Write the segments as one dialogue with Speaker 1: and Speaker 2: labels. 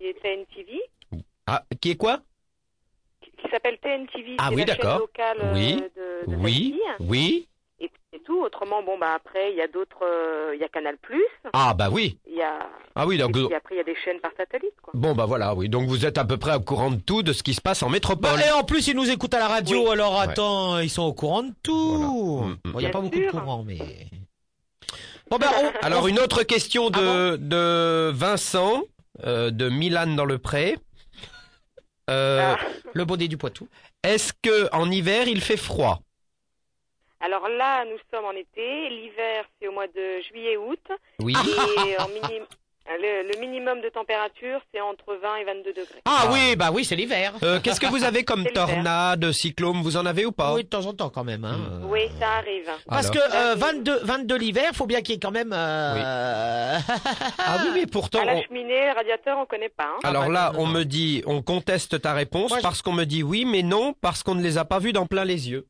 Speaker 1: c'est TNTV,
Speaker 2: Ah, qui est quoi
Speaker 1: qui, qui s'appelle TNTV,
Speaker 2: Ah
Speaker 1: c'est
Speaker 2: oui,
Speaker 1: la chaîne
Speaker 2: d'accord.
Speaker 1: locale euh,
Speaker 2: Oui,
Speaker 1: de, de
Speaker 2: Oui,
Speaker 1: Tahiti.
Speaker 2: oui.
Speaker 1: Et puis, c'est tout. Autrement, bon, bah après, il y a d'autres, euh, il y a Canal+,
Speaker 2: Ah bah oui.
Speaker 1: il y a,
Speaker 2: Ah oui,
Speaker 1: et
Speaker 2: donc...
Speaker 1: puis après, il y a des chaînes par satellite, quoi.
Speaker 2: Bon bah voilà, oui. Donc vous êtes à peu près au courant de tout, de ce qui se passe en métropole.
Speaker 3: Bah, et en plus, ils nous écoutent à la radio,
Speaker 1: Oui.
Speaker 3: alors attends, ils sont au courant de tout.
Speaker 2: Voilà. Mm,
Speaker 3: Bon, Il
Speaker 2: mm.
Speaker 3: n'y a
Speaker 1: Bien
Speaker 3: pas beaucoup de
Speaker 1: sûr.
Speaker 3: courant, mais... Bon, ben, on-
Speaker 2: Alors une autre question de, de Vincent, euh, de Milan dans le Pré. Euh,
Speaker 1: Ah.
Speaker 3: le bonnet du Poitou.
Speaker 2: Est-ce que en hiver il fait froid
Speaker 1: Alors là, nous sommes en été. L'hiver, c'est au mois de juillet-août.
Speaker 2: Oui.
Speaker 1: Ah. Et
Speaker 2: ah,
Speaker 1: en minim- le, le minimum de température, c'est entre 20 et 22 degrés.
Speaker 3: Ah, oui, bah oui, c'est l'hiver.
Speaker 2: Euh, Qu'est-ce que vous avez comme
Speaker 1: C'est l'hiver.
Speaker 2: tornade, cyclone Vous en avez ou pas
Speaker 3: Oui, de temps en temps, quand même. Hein. euh.
Speaker 1: Oui, ça arrive.
Speaker 3: Parce
Speaker 2: Alors.
Speaker 3: que euh, 22, 22 l'hiver, faut bien qu'il y ait quand même... euh,
Speaker 2: Ah oui, mais pourtant.
Speaker 1: À la
Speaker 2: on-
Speaker 1: cheminée, radiateur, on connaît pas. hein.
Speaker 2: Alors
Speaker 3: bah,
Speaker 2: là,
Speaker 3: non,
Speaker 2: on
Speaker 3: non.
Speaker 2: me dit, on conteste ta réponse
Speaker 3: Moi, je-
Speaker 2: parce qu'on me dit oui, mais non, parce qu'on ne les a pas vus dans plein les yeux.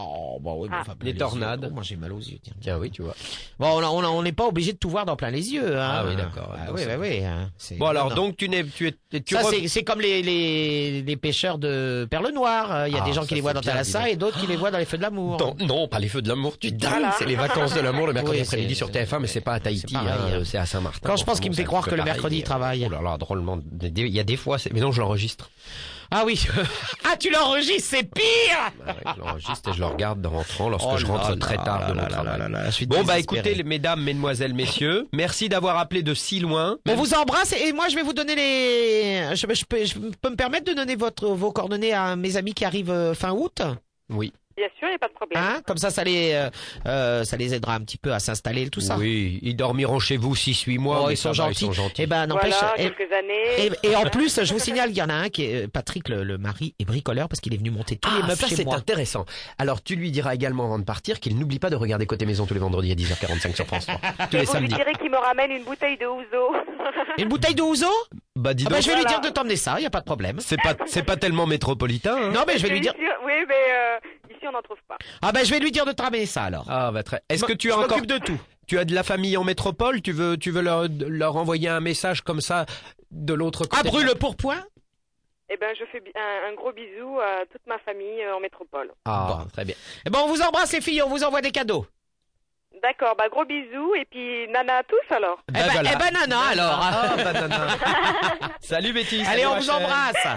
Speaker 3: Oh, bah oui, mais
Speaker 1: Ah.
Speaker 3: enfin, plein
Speaker 2: Les
Speaker 3: yeux.
Speaker 2: tornades.
Speaker 3: Oh, moi, j'ai mal aux yeux, tiens.
Speaker 2: Tiens, oui, tu vois.
Speaker 3: Bon, on a- on a- on n'est pas obligé de tout voir dans plein les yeux. Hein.
Speaker 2: Ah oui, d'accord.
Speaker 3: Ah
Speaker 2: Donc,
Speaker 3: oui,
Speaker 2: ça-
Speaker 3: oui, oui. hein. C'est-
Speaker 2: Bon alors,
Speaker 3: non.
Speaker 2: donc tu n'es, tu es, tu
Speaker 3: Ça,
Speaker 2: re-
Speaker 3: c'est- c'est comme les, les, les pêcheurs de perles noires. Euh, Il y a
Speaker 2: Ah,
Speaker 3: des gens
Speaker 2: ça,
Speaker 3: qui les voient
Speaker 2: c'est
Speaker 3: dans
Speaker 2: bien,
Speaker 3: Talassa
Speaker 2: dis
Speaker 3: et d'autres qui les voient dans les feux de l'amour.
Speaker 2: Attends, non, pas les feux de l'amour, tu dingues,
Speaker 1: Voilà.
Speaker 2: c'est les vacances de l'amour le mercredi
Speaker 3: Oui,
Speaker 2: après-midi
Speaker 3: c'est-
Speaker 2: sur TF1, mais c'est pas à Tahiti,
Speaker 3: c'est pareil,
Speaker 2: hein,
Speaker 3: hein.
Speaker 2: c'est à Saint-Martin.
Speaker 3: Quand je pense qu'il me fait croire que le mercredi, il
Speaker 2: il
Speaker 3: travaille.
Speaker 2: Oh là là, drôlement, des- des- il y a des fois, c'est- mais non, je l'enregistre.
Speaker 3: Ah oui. ah, tu l'enregistres, c'est pire
Speaker 2: Ah ouais, je l'enregistre et je le regarde en rentrant lorsque
Speaker 3: Oh
Speaker 2: je rentre
Speaker 3: là
Speaker 2: très
Speaker 3: là
Speaker 2: tard
Speaker 4: Ah
Speaker 3: là
Speaker 2: de
Speaker 3: là
Speaker 2: mon
Speaker 3: là
Speaker 2: travail.
Speaker 3: là là, je suis
Speaker 2: Bon bah
Speaker 3: désespéré.
Speaker 2: écoutez, les- mesdames, mesdemoiselles, messieurs, merci d'avoir appelé de si loin.
Speaker 3: On vous embrasse et moi je vais vous donner les. Je, je peux, je peux me permettre de donner votre, vos coordonnées à mes amis qui arrivent euh, fin août,
Speaker 2: Oui.
Speaker 1: Bien sûr, il n'y a pas de problème.
Speaker 2: Ah,
Speaker 3: hein Comme ça, ça les, euh, euh, ça les aidera un petit peu à s'installer et tout ça.
Speaker 2: Oui, ils dormiront chez vous 6-8 mois.
Speaker 3: Oh,
Speaker 2: mais
Speaker 3: ils
Speaker 2: ça
Speaker 3: sont
Speaker 2: va,
Speaker 3: gentils.
Speaker 2: Ils sont gentils.
Speaker 3: Eh ben n'empêche.
Speaker 1: voilà,
Speaker 3: et-
Speaker 1: quelques années.
Speaker 2: eh,
Speaker 3: Et, et en plus, je vous signale, il y en a un qui est euh, Patrick, le, le mari, est bricoleur parce qu'il est venu monter tous les
Speaker 2: Ah,
Speaker 3: meubles
Speaker 2: ça
Speaker 3: chez
Speaker 2: c'est
Speaker 3: moi.
Speaker 2: intéressant. Alors tu lui diras également avant de partir qu'il n'oublie pas de regarder Côté Maison tous les vendredis à 10h45 sur France 3. bah, tous
Speaker 1: Et
Speaker 2: les
Speaker 1: vous lui
Speaker 2: samedis.
Speaker 1: direz qu'il me ramène une bouteille de ouzo.
Speaker 3: Une bouteille de ouzo
Speaker 2: Bah dis
Speaker 3: Ah
Speaker 2: donc,
Speaker 3: bah, Je vais lui
Speaker 1: Voilà. Mmh.
Speaker 3: dire de t'emmener ça, il y a pas de problème.
Speaker 2: c'est pas c'est pas tellement métropolitain. Hein.
Speaker 3: Non mais je vais lui
Speaker 1: Ici,
Speaker 3: dire.
Speaker 1: Oui, mais euh, ici, on n'en trouve pas.
Speaker 3: Ah ben je vais lui dire de te ramener ça alors.
Speaker 2: Ah bah très. Est-ce que tu as
Speaker 3: Je
Speaker 2: encore
Speaker 3: m'occupe de tout.
Speaker 2: tu as de la famille en métropole Tu veux tu veux leur leur envoyer un message comme ça de l'autre côté
Speaker 3: Ah brûle pour point
Speaker 1: Eh ben, je fais bi- un, un gros bisou à toute ma famille euh, en métropole.
Speaker 2: Ah très bien.
Speaker 3: Eh ben on vous embrasse les filles, on vous envoie des cadeaux.
Speaker 1: D'accord, bah gros bisous et puis nana à tous alors.
Speaker 3: Eh ben, eh ben nana alors.
Speaker 2: Ah bah, nana. Salut Betty.
Speaker 3: Allez,
Speaker 2: salut,
Speaker 3: on vous
Speaker 2: Rachel.
Speaker 3: embrasse.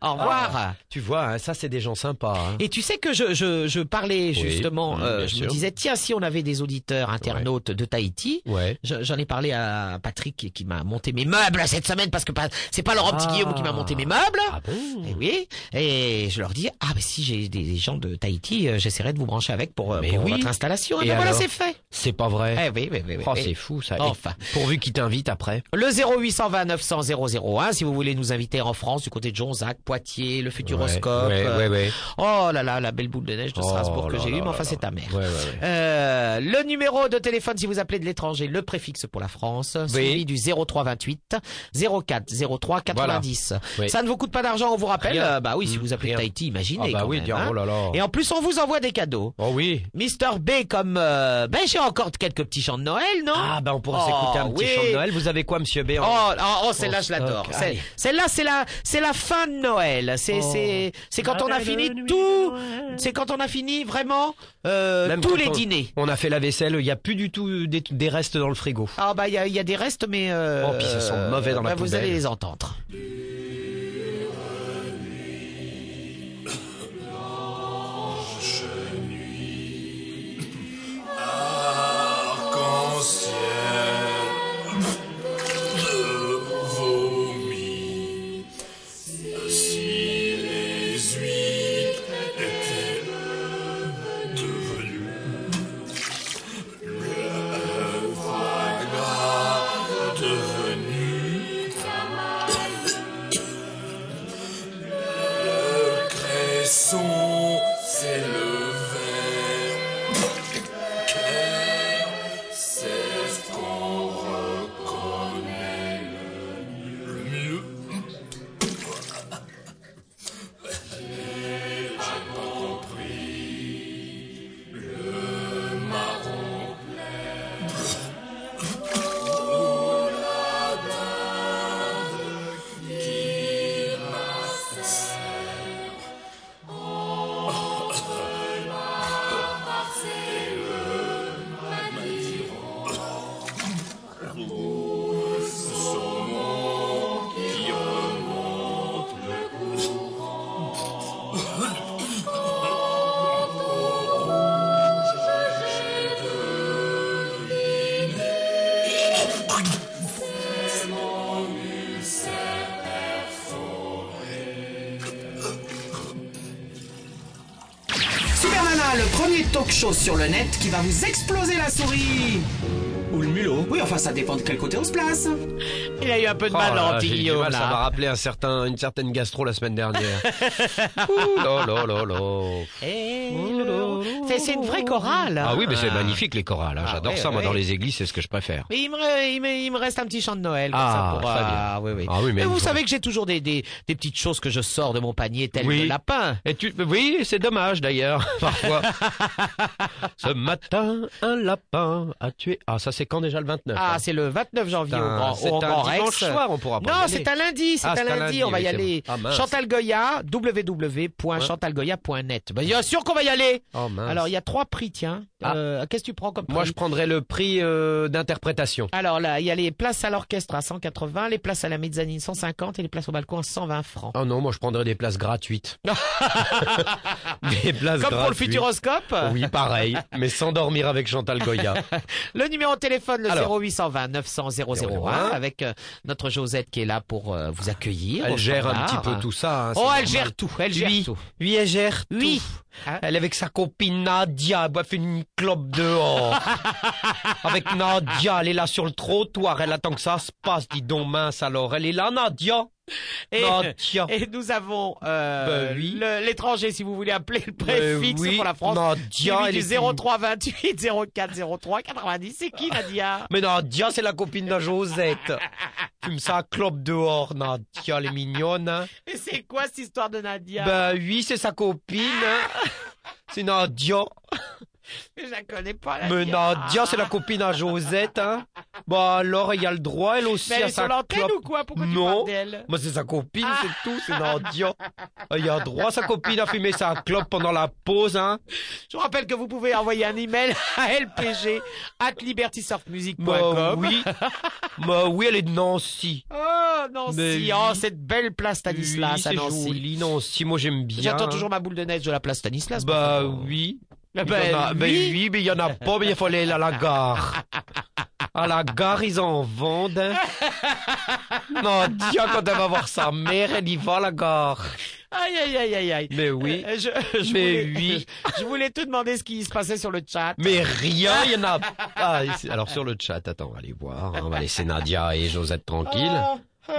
Speaker 3: Au revoir.
Speaker 2: Tu vois, hein, ça c'est des gens sympas. hein.
Speaker 3: Et tu sais que je, je, je parlais justement,
Speaker 2: oui, mm,
Speaker 3: euh,
Speaker 2: bien
Speaker 3: je me
Speaker 2: sûr.
Speaker 3: disais, tiens, si on avait des auditeurs internautes de Tahiti,
Speaker 2: Ouais.
Speaker 3: Je- J'en ai parlé à Patrick qui- qui m'a monté mes meubles cette semaine parce que pas- c'est pas Laurent Petit
Speaker 2: Ah.
Speaker 3: Guillaume qui m'a monté mes meubles.
Speaker 2: Ah bon
Speaker 3: Et oui, et je leur dis ah mais si j'ai des, des gens de Tahiti, euh, j'essaierai de vous brancher avec pour, euh,
Speaker 2: Mais
Speaker 3: pour
Speaker 2: oui.
Speaker 3: votre installation. Et,
Speaker 2: Et
Speaker 3: ben voilà,
Speaker 2: alors
Speaker 3: c'est fait.
Speaker 2: C'est pas vrai.
Speaker 3: Eh oui, oui, oui, oui.
Speaker 2: Oh, c'est fou ça. Et
Speaker 3: Enfin.
Speaker 2: pourvu qu'ils t'invitent après.
Speaker 3: Le 0820 900 001 si vous voulez nous inviter en France du côté de Jonzac, Poitiers, le Futuroscope.
Speaker 2: Ouais, ouais,
Speaker 3: euh,
Speaker 2: ouais, ouais.
Speaker 3: Oh là là, la belle boule de neige de
Speaker 2: Oh
Speaker 3: Strasbourg que
Speaker 2: là
Speaker 3: j'ai
Speaker 2: là
Speaker 3: eue, mais
Speaker 2: là là.
Speaker 3: enfin c'est ta mère.
Speaker 2: Ouais, ouais, ouais.
Speaker 3: Euh, le numéro de téléphone si vous appelez de l'étranger, le préfixe pour la France, celui du 0328 04 03 90.
Speaker 2: Oui.
Speaker 3: Ça ne vous coûte pas d'argent, on vous rappelle.
Speaker 2: Rien.
Speaker 3: euh, bah oui, si
Speaker 2: Mm,
Speaker 3: vous appelez
Speaker 2: rien.
Speaker 3: Tahiti, imaginez.
Speaker 2: Ah bah
Speaker 3: quand
Speaker 2: oui,
Speaker 3: même,
Speaker 2: tiens,
Speaker 3: hein.
Speaker 2: oh là là.
Speaker 3: Et en plus, on vous envoie des cadeaux.
Speaker 2: Oh oui.
Speaker 3: Mister B comme euh, ben j'ai encore quelques petits chants de Noël, non
Speaker 2: Ah ben on pourra
Speaker 3: Oh,
Speaker 2: s'écouter un petit
Speaker 3: oui.
Speaker 2: chant de Noël. Vous avez quoi, Monsieur Béant
Speaker 3: Oh, oh, oh, celle-là,
Speaker 2: Oh,
Speaker 3: je l'adore.
Speaker 2: stock,
Speaker 3: Celle-
Speaker 2: allez.
Speaker 3: Celle-là, c'est la, c'est la fin de Noël. C'est,
Speaker 2: Oh.
Speaker 3: c'est, c'est quand on a
Speaker 2: Noël,
Speaker 3: fini
Speaker 2: nuit de
Speaker 3: tout.
Speaker 2: Noël.
Speaker 3: C'est quand on a fini vraiment euh,
Speaker 2: Même
Speaker 3: tous
Speaker 2: quand
Speaker 3: les
Speaker 2: on-
Speaker 3: dîners.
Speaker 2: On a fait la vaisselle. Il y a plus du tout euh, des, des restes dans le frigo.
Speaker 3: Ah bah il y a, il y a des restes, mais euh,
Speaker 2: Oh, puis ça sent mauvais dans la
Speaker 3: bah, Vous
Speaker 2: poubelle.
Speaker 3: allez les entendre.
Speaker 5: Arc-en-ciel de vomi. Si les huîtres étaient devenues le vaga devenu
Speaker 6: sera le premier talk show sur le net qui va vous exploser la souris Ou le mulot Oui, enfin, ça dépend de quel côté on se place
Speaker 3: Il a eu un peu de
Speaker 2: Oh
Speaker 3: mal,
Speaker 2: là là,
Speaker 3: Laurent
Speaker 2: j'ai eu du
Speaker 3: Bah, Guillaume,
Speaker 2: mal, Ça
Speaker 3: là.
Speaker 2: m'a rappelé un certain, une certaine gastro la semaine dernière. Ouh, là, là, là, là.
Speaker 3: Hello. C'est c'est une vraie chorale.
Speaker 2: Ah oui, mais c'est
Speaker 3: Ah.
Speaker 2: magnifique les chorales. hein.
Speaker 3: Ah,
Speaker 2: J'adore
Speaker 3: ouais,
Speaker 2: ça. Moi,
Speaker 3: ouais.
Speaker 2: dans les églises, c'est ce que je préfère.
Speaker 3: Mais il me, re- il me- il me reste un petit chant de Noël. comme
Speaker 2: Ah,
Speaker 3: ça, pour,
Speaker 2: très
Speaker 3: ah, oui, oui.
Speaker 2: Ah oui, mais
Speaker 3: mais
Speaker 2: une
Speaker 3: vous
Speaker 2: fois.
Speaker 3: savez que j'ai toujours des, des, des petites choses que je sors de mon panier, telles
Speaker 2: Oui.
Speaker 3: le lapin.
Speaker 2: Et tu, oui, c'est dommage d'ailleurs, parfois. Ce matin, un lapin a tué. Ah, ça c'est quand déjà le 29
Speaker 3: Ah,
Speaker 2: hein
Speaker 3: c'est le 29 janvier
Speaker 2: C'est
Speaker 3: au Grand,
Speaker 2: un, c'est
Speaker 3: au
Speaker 2: un
Speaker 3: Grand Rex.
Speaker 2: dimanche soir, on pourra pas.
Speaker 3: Non,
Speaker 2: y
Speaker 3: c'est
Speaker 2: aller.
Speaker 3: un lundi, c'est
Speaker 2: Ah,
Speaker 3: un
Speaker 2: c'est un
Speaker 3: lundi, on va
Speaker 2: lundi,
Speaker 3: y
Speaker 2: oui,
Speaker 3: aller.
Speaker 2: c'est bon. Ah, mince.
Speaker 3: Chantal Goya, www.chantalgoya.net. Bah, bien sûr qu'on va y aller.
Speaker 2: Oh, mince.
Speaker 3: Alors, il y a trois prix, tiens.
Speaker 2: Ah.
Speaker 3: Euh, qu'est-ce que tu prends comme prix
Speaker 2: Moi, je prendrais le prix euh, d'interprétation.
Speaker 3: Alors là, il y a les places à l'orchestre à 180, les places à la mezzanine 150 et les places au balcon à 120 francs.
Speaker 2: Oh non, moi, je prendrais des places gratuites. des places
Speaker 3: Comme pour le
Speaker 2: gratuites.
Speaker 3: Futuroscope
Speaker 2: Oui, pareil, mais sans dormir avec Chantal Goya.
Speaker 3: Le numéro de téléphone, le
Speaker 2: Alors.
Speaker 3: 0820 900 001,
Speaker 2: 001,
Speaker 3: avec euh, notre Josette qui est là pour euh, vous accueillir. au
Speaker 2: Elle gère un petit
Speaker 3: standard.
Speaker 2: peu tout ça. hein, c'est
Speaker 3: Oh, elle
Speaker 2: normal.
Speaker 3: gère tout, elle gère
Speaker 2: Oui.
Speaker 3: tout.
Speaker 2: Oui, elle gère
Speaker 3: Oui. Hein
Speaker 2: Elle est avec sa copine Nadia, elle boit une clope dehors. avec Nadia, elle est là sur le trottoir, elle attend que ça se passe, dis donc mince alors, elle est là Nadia.
Speaker 3: Et-
Speaker 2: Nadia.
Speaker 3: Et nous avons euh,
Speaker 2: Ben oui.
Speaker 3: le- l'étranger, si vous voulez appeler le préfixe
Speaker 2: Mais Euh, oui,
Speaker 3: pour la France.
Speaker 2: Nadia,
Speaker 3: Celui
Speaker 2: elle
Speaker 3: du
Speaker 2: est une-
Speaker 3: 03 28 04 03 90. C'est qui, Nadia
Speaker 2: Mais Nadia, c'est la copine de Josette. Fume sa clope dehors, Nadia, elle est mignonne. hein.
Speaker 3: Et c'est quoi cette histoire de Nadia
Speaker 2: Ben oui, c'est sa copine. hein. C'est Nadia.
Speaker 3: Je la connais pas, Nadia.
Speaker 2: Mais Nadia,
Speaker 3: ah.
Speaker 2: c'est la copine à Josette. Hein. Bah alors, il y a le droit, elle aussi,
Speaker 3: Mais elle
Speaker 2: à
Speaker 3: est
Speaker 2: sa
Speaker 3: sur l'antenne
Speaker 2: clope.
Speaker 3: ou quoi Pourquoi tu
Speaker 2: Non.
Speaker 3: parles d'elle
Speaker 2: Moi, c'est sa copine,
Speaker 3: Ah.
Speaker 2: c'est tout, c'est Nadia. Ah, Il a droit, sa copine, à fumer sa clope pendant la pause, hein.
Speaker 3: Je vous rappelle que vous pouvez envoyer un email à lpg at
Speaker 2: Bah oui. Bah oui, elle est de Nancy.
Speaker 3: Oh, Nancy,
Speaker 2: Mais oui.
Speaker 3: oh, cette belle place Stanislas
Speaker 2: oui,
Speaker 3: à
Speaker 2: c'est
Speaker 3: Nancy.
Speaker 2: joli, Nancy, moi j'aime bien. hein.
Speaker 3: J'attends toujours ma boule de neige de la place Stanislas.
Speaker 2: Bah
Speaker 3: moi.
Speaker 2: oui.
Speaker 3: Bah,
Speaker 2: Il y en a- bah
Speaker 3: oui.
Speaker 2: oui, mais il y en a pas, mais il faut aller à la gare. À la gare, ils en vendent. hein. Nadia, quand elle va voir sa mère, elle y va à la gare.
Speaker 3: Aïe, aïe, aïe, aïe, aïe.
Speaker 2: Mais oui.
Speaker 3: Euh, Je, je
Speaker 2: Mais
Speaker 3: voulais,
Speaker 2: oui.
Speaker 3: je voulais tout demander ce qui se passait sur le chat.
Speaker 2: Mais rien, il y en a pas. ici. Alors sur le chat, attends, on va aller voir. hein. On va laisser Nadia et Josette tranquilles.
Speaker 3: Ah,
Speaker 2: Oh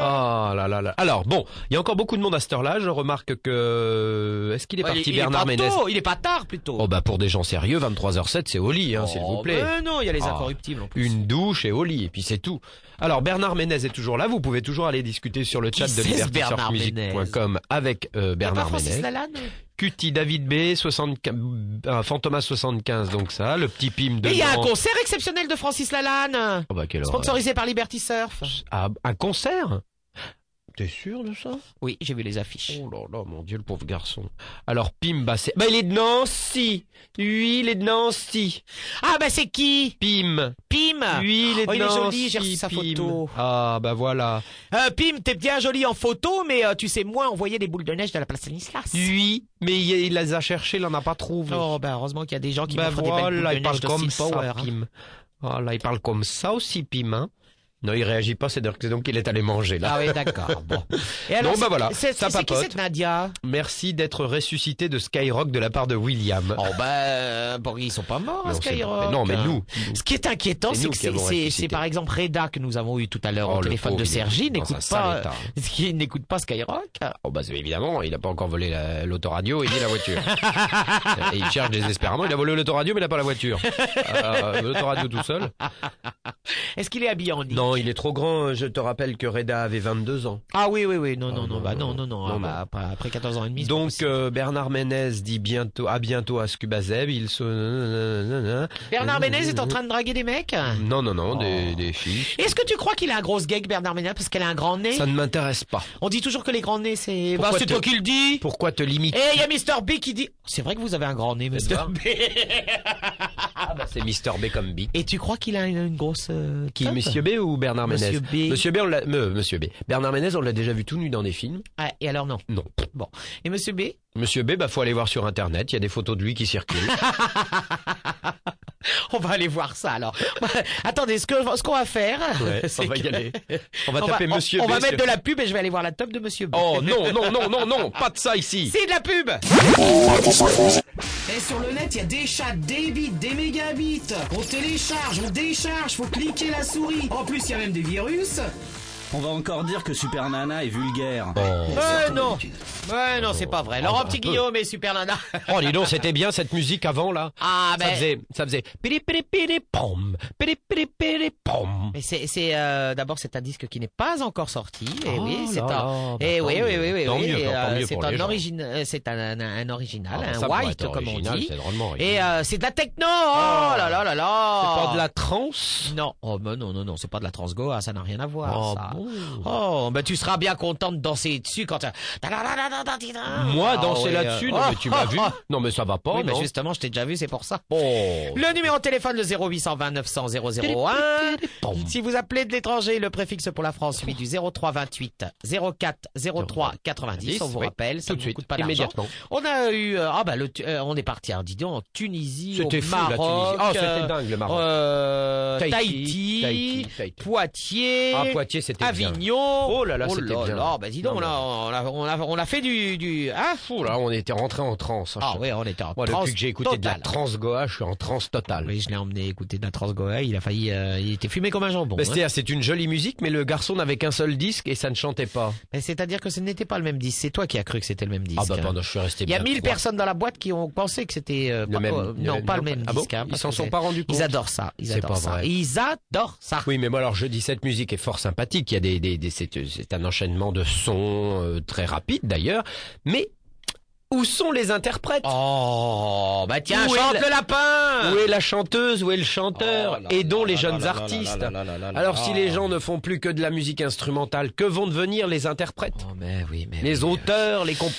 Speaker 2: là là là. Alors bon, il y a encore beaucoup de monde à cette heure-là. Je remarque que est-ce qu'il est
Speaker 3: Ouais,
Speaker 2: parti
Speaker 3: il,
Speaker 2: Bernard
Speaker 3: il est pas
Speaker 2: Ménez
Speaker 3: tôt, il est pas tard plutôt.
Speaker 2: Oh bah pour des gens sérieux, 23h07, c'est au lit, hein, s'il vous plaît.
Speaker 3: ben non, il y a les
Speaker 2: Ah.
Speaker 3: incorruptibles en plus.
Speaker 2: Une douche et au lit, et puis c'est tout. Alors Bernard Ménez est toujours là. Vous pouvez toujours aller discuter sur le chat
Speaker 3: Qui
Speaker 2: de
Speaker 3: c'est ce Bernard
Speaker 2: libertysurfmusique.com avec euh,
Speaker 3: Y a pas
Speaker 2: Bernard
Speaker 3: Francis
Speaker 2: Ménez.
Speaker 3: Lalanne
Speaker 2: Cutie David B 75, un Fantomas 75, donc ça, le petit pime de.
Speaker 3: Mais il y a un
Speaker 2: Laurent-
Speaker 3: concert exceptionnel de Francis Lalanne,
Speaker 2: Oh bah, quelle horreur.
Speaker 3: sponsorisé par Liberty Surf.
Speaker 2: Ah, un concert T'es sûr de ça
Speaker 3: Oui, j'ai vu les affiches.
Speaker 2: Oh là là, mon Dieu, le pauvre garçon. Alors, Pim, bah c'est... Bah il est de Nancy Oui, il est de Nancy
Speaker 3: Ah ben c'est qui
Speaker 2: Pim
Speaker 3: Pim
Speaker 2: Oui, il est de
Speaker 3: oh, il est
Speaker 2: Nancy,
Speaker 3: joli, j'ai reçu sa
Speaker 2: Pim.
Speaker 3: photo.
Speaker 2: Ah, bah voilà.
Speaker 3: Euh, Pim, t'es bien joli en photo, mais euh, tu sais moins envoyer des boules de neige de la place Stanislas.
Speaker 2: Oui, mais il, il les a cherchés, il en a pas trouvé.
Speaker 3: Oh ben heureusement qu'il y a des gens qui
Speaker 2: bah
Speaker 3: m'offrent des belles
Speaker 2: voilà,
Speaker 3: boules
Speaker 2: il
Speaker 3: de
Speaker 2: parle
Speaker 3: neige de
Speaker 2: comme
Speaker 3: Steel
Speaker 2: ça,
Speaker 3: Power. hein.
Speaker 2: Pim. Voilà, il parle comme ça aussi, Pim, hein Non, il réagit pas, c'est donc il est allé manger, là.
Speaker 3: Ah oui, d'accord. Bon. ben Et alors,
Speaker 2: Bon, bah
Speaker 3: c'est-
Speaker 2: voilà,
Speaker 3: c'est-
Speaker 2: ça
Speaker 3: c'est qui
Speaker 2: papote.
Speaker 3: cette Nadia
Speaker 2: Merci d'être ressuscité de Skyrock de la part de William.
Speaker 3: Oh ben, bon, ils sont pas morts à
Speaker 2: Non, c'est-
Speaker 3: Skyrock.
Speaker 2: mais non, mais nous,
Speaker 3: Ce qui est inquiétant,
Speaker 2: C'est
Speaker 3: c'est
Speaker 2: nous
Speaker 3: que
Speaker 2: qui
Speaker 3: c'est-
Speaker 2: avons
Speaker 3: c'est
Speaker 2: ressuscité.
Speaker 3: c'est par exemple Reda que nous avons eu tout à l'heure
Speaker 2: Oh,
Speaker 3: au
Speaker 2: le
Speaker 3: téléphone
Speaker 2: pauvre, il
Speaker 3: de
Speaker 2: est
Speaker 3: Sergi,
Speaker 2: dans
Speaker 3: n'écoute
Speaker 2: un sale
Speaker 3: pas,
Speaker 2: état.
Speaker 3: qui n'écoute pas Skyrock.
Speaker 2: Oh bah c'est- évidemment, il n'a pas encore volé la- l'autoradio et ni la voiture. Et il cherche désespérément, il a volé l'autoradio mais il n'a pas la voiture. Euh, l'autoradio tout seul
Speaker 3: Est-ce qu'il est habillé en lit
Speaker 2: Non, il est trop grand, je te rappelle que Reda avait 22 ans.
Speaker 3: Ah oui, oui, oui, non, non,
Speaker 2: Ah,
Speaker 3: non,
Speaker 2: non,
Speaker 3: bah non, non,
Speaker 2: non, non,
Speaker 3: non, ah, bah, après- après 14 ans et demi. c'est pas
Speaker 2: Donc
Speaker 3: possible.
Speaker 2: euh, Bernard Ménez dit bientôt à bientôt à Scubazeb, il se
Speaker 3: Bernard Ménez est en train de draguer des mecs
Speaker 2: Non non non, des, des filles.
Speaker 3: Est-ce que tu crois qu'il a un gros gag, Bernard Ménez, parce qu'elle a un grand nez
Speaker 2: Ça ne m'intéresse pas.
Speaker 3: On dit toujours que les grands nez, c'est...
Speaker 2: Pourquoi te-
Speaker 3: qui le dis
Speaker 2: Pourquoi te
Speaker 3: Et
Speaker 2: limiter
Speaker 3: il y a Mr. B qui dit... C'est vrai que vous avez un grand nez, Mr.
Speaker 2: Edouard Ah bah c'est Mr B comme Big.
Speaker 3: Et tu crois qu'il a une, une grosse... euh,
Speaker 2: Qui
Speaker 3: teub
Speaker 2: Monsieur B ou Bernard Ménez
Speaker 3: Monsieur B.
Speaker 2: Monsieur B on l'a euh, Monsieur B. Bernard Ménez on l'a déjà vu tout nu dans des films
Speaker 3: Ah, et alors non.
Speaker 2: Non.
Speaker 3: Bon. Et Monsieur B
Speaker 2: Monsieur B, bah faut aller voir sur internet, il y a des photos de lui qui circulent.
Speaker 3: On va aller voir ça alors. Attendez, ce que- ce qu'on va faire,
Speaker 2: Ouais,
Speaker 3: c'est
Speaker 2: on va y
Speaker 3: que-
Speaker 2: aller. On va
Speaker 3: on va,
Speaker 2: taper
Speaker 3: on-
Speaker 2: Monsieur
Speaker 3: on
Speaker 2: B
Speaker 3: va
Speaker 2: sur-
Speaker 3: mettre de la pub et je vais aller voir la top de Monsieur B.
Speaker 2: Oh non, non, non, non, non, pas de ça ici.
Speaker 3: C'est de la pub
Speaker 6: Et sur le net, il y a des chats, des bits, des mégabits. On télécharge, on décharge, faut cliquer la souris. En plus, il y a même des virus.
Speaker 4: On va encore dire que Super Nana est vulgaire.
Speaker 2: Euh,
Speaker 3: Ouais, non Ouais, non, c'est pas vrai. Laurent
Speaker 2: bah,
Speaker 3: Petit
Speaker 2: un peu.
Speaker 3: Guillaume et Super Nana
Speaker 2: Oh, dis donc, c'était bien cette musique avant, là.
Speaker 3: Ah,
Speaker 2: Ça
Speaker 3: ben...
Speaker 2: faisait, ça faisait, piri, piri, piri, pom, piri, piri, piri, pom.
Speaker 3: Mais c'est, c'est euh, d'abord c'est un disque qui n'est pas encore sorti. Et
Speaker 2: Oh
Speaker 3: Eh oui, c'est
Speaker 2: là
Speaker 3: un.
Speaker 2: là, bah,
Speaker 3: Eh
Speaker 2: tant
Speaker 3: oui,
Speaker 2: mieux.
Speaker 3: oui, oui, oui,
Speaker 2: Tant
Speaker 3: oui,
Speaker 2: mieux,
Speaker 3: et,
Speaker 2: tant
Speaker 3: euh,
Speaker 2: mieux
Speaker 3: c'est
Speaker 2: pour
Speaker 3: un
Speaker 2: les gens.
Speaker 3: origine, euh, c'est un, un, un original,
Speaker 2: Ah,
Speaker 3: un
Speaker 2: ça pourrait
Speaker 3: ben, white
Speaker 2: être
Speaker 3: comme on
Speaker 2: original,
Speaker 3: dit.
Speaker 2: C'est drôlement original.
Speaker 3: Et euh, c'est de la techno. Oh, là là là là.
Speaker 2: C'est pas de la
Speaker 3: oh.
Speaker 2: trance
Speaker 3: Non, oh ben non non non, c'est pas de la transgoa, ça n'a rien à voir.
Speaker 2: Oh,
Speaker 3: ça.
Speaker 2: bon.
Speaker 3: Oh, ben tu seras bien content de danser dessus quand. t'as-
Speaker 2: Moi,
Speaker 3: Ah,
Speaker 2: danser
Speaker 3: oui,
Speaker 2: là-dessus,
Speaker 3: euh,
Speaker 2: non,
Speaker 3: oh,
Speaker 2: mais tu hein. m'as
Speaker 3: oh,
Speaker 2: vu.
Speaker 3: oh.
Speaker 2: Non, mais ça va pas,
Speaker 3: Oui, mais
Speaker 2: non
Speaker 3: justement, je t'ai déjà vu, c'est pour ça.
Speaker 2: Oh.
Speaker 3: Le numéro de téléphone, le 0820 900 001. Si vous appelez de l'étranger, le préfixe pour la France, celui du 0328 04 03 90. On vous
Speaker 2: Oui.
Speaker 3: rappelle, ça
Speaker 2: Tout
Speaker 3: ne
Speaker 2: de
Speaker 3: vous
Speaker 2: suite,
Speaker 3: coûte pas d'argent.
Speaker 2: immédiatement.
Speaker 3: On a eu, euh, ah bah, le, tu- euh, on est parti, hein, dis donc, en Tunisie, au
Speaker 2: C'était fou, la
Speaker 3: Maroc,
Speaker 2: Tunisie. Ah, c'était
Speaker 3: euh,
Speaker 2: dingue, le Maroc.
Speaker 3: euh, Tahiti,
Speaker 2: Tahiti, Tahiti, Tahiti.
Speaker 3: Poitiers,
Speaker 2: Ah, Poitiers, c'était bien.
Speaker 3: Avignon.
Speaker 2: Oh là là, c'était bien.
Speaker 3: là, bah, dis donc,
Speaker 2: Non,
Speaker 3: on, a, on, a, on, a, on a fait du, du, hein
Speaker 2: Fou, Oh là, on était rentré en transe. hein,
Speaker 3: Ah
Speaker 2: je-
Speaker 3: oui, on était en
Speaker 2: Moi,
Speaker 3: transe
Speaker 2: depuis que j'ai écouté de la
Speaker 3: totale.
Speaker 2: trance Goa, je suis en transe totale.
Speaker 3: Oui, Ah, je l'ai emmené écouter de la Transgoa, il a failli, euh, il était fumé comme un jambon.
Speaker 2: Mais
Speaker 3: hein.
Speaker 2: c'est- c'est une jolie musique, mais le garçon n'avait qu'un seul disque et ça ne chantait pas.
Speaker 3: Mais C'est-à-dire que ce n'était pas le même disque, c'est toi qui as cru que c'était le même disque. hein.
Speaker 2: Ah bah pardon, je suis resté
Speaker 3: il y a
Speaker 2: bien
Speaker 3: mille
Speaker 2: froid.
Speaker 3: personnes dans la boîte qui ont pensé que c'était euh,
Speaker 2: Le
Speaker 3: pas-
Speaker 2: même-
Speaker 3: euh,
Speaker 2: le
Speaker 3: non
Speaker 2: même-
Speaker 3: pas
Speaker 2: non,
Speaker 3: le même
Speaker 2: ah bon
Speaker 3: disque. hein,
Speaker 2: Ils
Speaker 3: parce
Speaker 2: s'en
Speaker 3: que
Speaker 2: sont
Speaker 3: c'est-
Speaker 2: pas rendus compte.
Speaker 3: Ils adorent ça, ils
Speaker 2: C'est
Speaker 3: adorent
Speaker 2: pas
Speaker 3: ça,
Speaker 2: vrai.
Speaker 3: ils adorent ça.
Speaker 2: Oui, mais moi alors je dis cette musique est fort sympathique. Il y a des, des, des- c'est, euh, c'est un enchaînement de sons euh, très rapide d'ailleurs. Mais où sont les interprètes
Speaker 3: Oh bah tiens,
Speaker 2: Où est
Speaker 3: chante
Speaker 2: la-
Speaker 3: le lapin.
Speaker 2: Où est la chanteuse Où est le chanteur
Speaker 4: Oh là
Speaker 2: Et dont
Speaker 4: là
Speaker 2: les
Speaker 4: là
Speaker 2: jeunes
Speaker 4: là là
Speaker 2: artistes
Speaker 4: là là là là là
Speaker 2: Alors
Speaker 4: là.
Speaker 2: si les gens ne font plus que de la musique instrumentale, que vont devenir les interprètes
Speaker 3: Oh mais oui, Oh mais
Speaker 2: Les auteurs, les comp...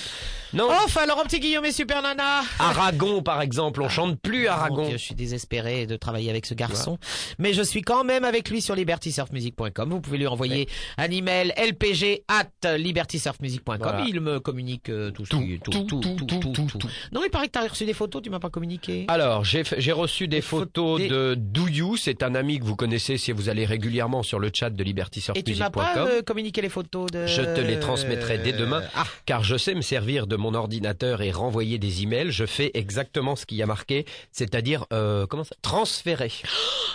Speaker 2: Non,
Speaker 3: Enfin, Laurent Petit Guillaume et Super Nana.
Speaker 2: Aragon par exemple, on chante plus
Speaker 3: Ah, Mon
Speaker 2: Aragon.
Speaker 3: Dieu, je suis désespéré de travailler avec ce garçon, mais je suis quand même avec lui sur libertysurfmusic.com. Vous pouvez lui envoyer un email lpg at libertysurfmusic.com.
Speaker 2: Voilà.
Speaker 3: Il me communique euh, tout, ce qui- tout, tout, tout, tout, tout. Non, il paraît que t'as reçu des photos, tu m'as pas communiqué.
Speaker 2: Alors, j'ai fait- j'ai reçu des
Speaker 3: faut-
Speaker 2: photos
Speaker 3: des-
Speaker 2: de Douyou, c'est un ami que vous connaissez si vous allez régulièrement sur le chat de
Speaker 3: et tu m'as pas
Speaker 2: libertysurfmusic.com.
Speaker 3: euh, communiqué les photos de.
Speaker 2: Je te les transmettrai dès demain,
Speaker 3: Ah.
Speaker 2: car je sais me servir de mon ordinateur et renvoyer des emails. Je fais exactement ce qu'il y a marqué, c'est-à-dire euh, comment ça transférer.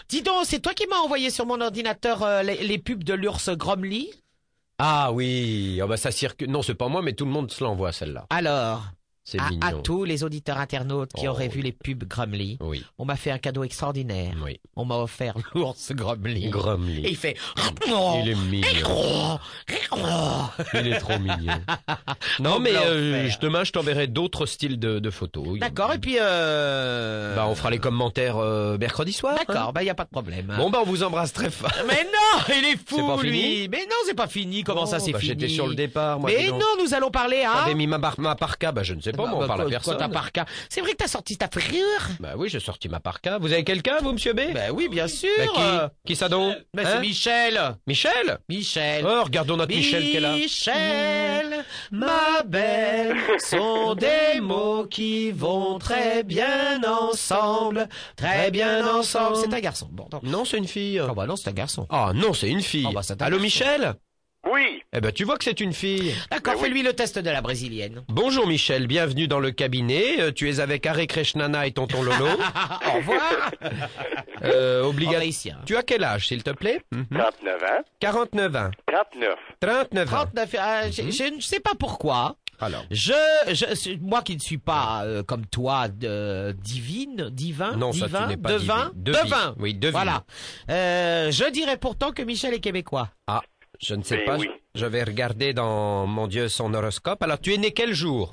Speaker 3: Dis donc, c'est toi qui m'as envoyé sur mon ordinateur euh, les, les pubs de l'ours Gromly.
Speaker 2: Ah oui, ah bah ça circule. Non, c'est pas moi, mais tout le monde se l'envoie celle-là.
Speaker 3: Alors,
Speaker 2: C'est
Speaker 3: Ah, à, à
Speaker 2: mignon.
Speaker 3: tous les auditeurs internautes qui
Speaker 2: Oh.
Speaker 3: auraient vu les pubs Gromly,
Speaker 2: Oui,
Speaker 3: on m'a fait un cadeau extraordinaire.
Speaker 2: oui.
Speaker 3: On m'a offert l'ours Gromly.
Speaker 2: Gromly.
Speaker 3: Et il fait. Oh,
Speaker 2: Il est mignon. Il est trop mignon. Non, mais euh, je- demain, je t'enverrai d'autres styles de, de photos.
Speaker 3: D'accord, et puis. Euh...
Speaker 2: Bah, on fera les commentaires euh, mercredi soir. hein.
Speaker 3: D'accord, bah y a pas de problème.
Speaker 2: Bon, bah, on vous embrasse très fort.
Speaker 3: Mais non, il est fou
Speaker 2: C'est pas
Speaker 3: lui.
Speaker 2: fini
Speaker 3: Mais non, c'est pas fini. Comment ça,
Speaker 2: Oh,
Speaker 3: c'est
Speaker 2: bah,
Speaker 3: fini
Speaker 2: J'étais sur le départ, moi. dis
Speaker 3: Mais
Speaker 2: donc.
Speaker 3: non, nous allons parler à.
Speaker 2: J'avais mis ma, bar- ma parka, bah, je ne sais pas,
Speaker 3: Bah,
Speaker 2: moi, on
Speaker 3: bah,
Speaker 2: parle à
Speaker 3: quoi-
Speaker 2: personne.
Speaker 3: quoi, t'as par cas C'est vrai que t'as sorti ta frire
Speaker 2: Bah oui, j'ai sorti ma parka. Vous avez quelqu'un, vous, monsieur B
Speaker 3: Bah oui, bien sûr.
Speaker 2: Bah, qui Qui ça donc
Speaker 3: Bah,
Speaker 2: Hein
Speaker 3: c'est Michel.
Speaker 2: Michel
Speaker 3: Michel.
Speaker 2: Oh, regardons notre Michel qui est là.
Speaker 3: Michel, ma belle, sont des mots qui vont très bien ensemble, très bien ensemble. C'est un garçon. Bon, donc.
Speaker 2: Non, c'est une fille.
Speaker 3: Ah bah non, c'est un garçon.
Speaker 2: Ah non, c'est une fille.
Speaker 3: Ah, bah, ça t'a-
Speaker 2: Allô, Michel
Speaker 7: Oui,
Speaker 2: Eh ben, tu vois que c'est une fille.
Speaker 3: D'accord, fais-lui le test de la brésilienne.
Speaker 2: Bonjour Michel, bienvenue dans le cabinet. Euh, tu es avec Harry Krishnana et tonton Lolo.
Speaker 3: Ah, Au revoir. Ah,
Speaker 2: Euh, obliga-
Speaker 3: Haïtien.
Speaker 2: Tu as quel âge, s'il te plaît Mhm.
Speaker 7: 39 ans.
Speaker 2: 49 ans.
Speaker 7: 39.
Speaker 2: 39 ans.
Speaker 3: 39, euh, je- je ne sais pas pourquoi.
Speaker 2: Alors.
Speaker 3: Je, je, c'est- moi qui ne suis pas euh, comme toi de divine, divin,
Speaker 2: Non, ça, tu
Speaker 3: divin,
Speaker 2: n'es pas
Speaker 3: devin,
Speaker 2: divine. Devine.
Speaker 3: devin.
Speaker 2: Oui, devine.
Speaker 3: Voilà. Euh, je dirais pourtant que Michel est québécois.
Speaker 2: Ah, je ne sais
Speaker 7: Eh
Speaker 2: pas.
Speaker 7: oui.
Speaker 2: Je vais regarder dans, mon Dieu, son horoscope. Alors, tu es né quel jour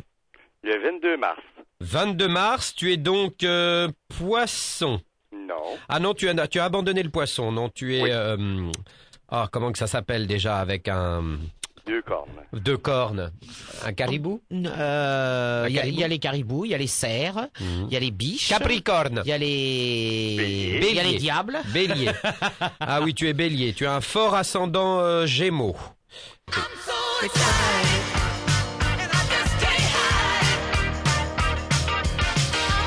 Speaker 7: Le 22 mars.
Speaker 2: 22 mars, tu es donc euh, poisson.
Speaker 7: Non.
Speaker 2: Ah non, tu as, tu as abandonné le poisson, non Tu es...
Speaker 7: Oui.
Speaker 2: euh, ah, comment que ça s'appelle déjà avec un...
Speaker 7: Deux cornes.
Speaker 2: Deux cornes. Un caribou
Speaker 3: Euh,
Speaker 2: Un
Speaker 3: Il y, a-
Speaker 2: caribou.
Speaker 3: il y a les caribous, il y a les cerfs, il y a les biches,
Speaker 2: Capricorne.
Speaker 3: il y a les,
Speaker 7: Bélier.
Speaker 3: il y a les diables.
Speaker 2: Bélier. Ah oui, tu es bélier. Tu as un fort ascendant euh, gémeaux.
Speaker 8: I'm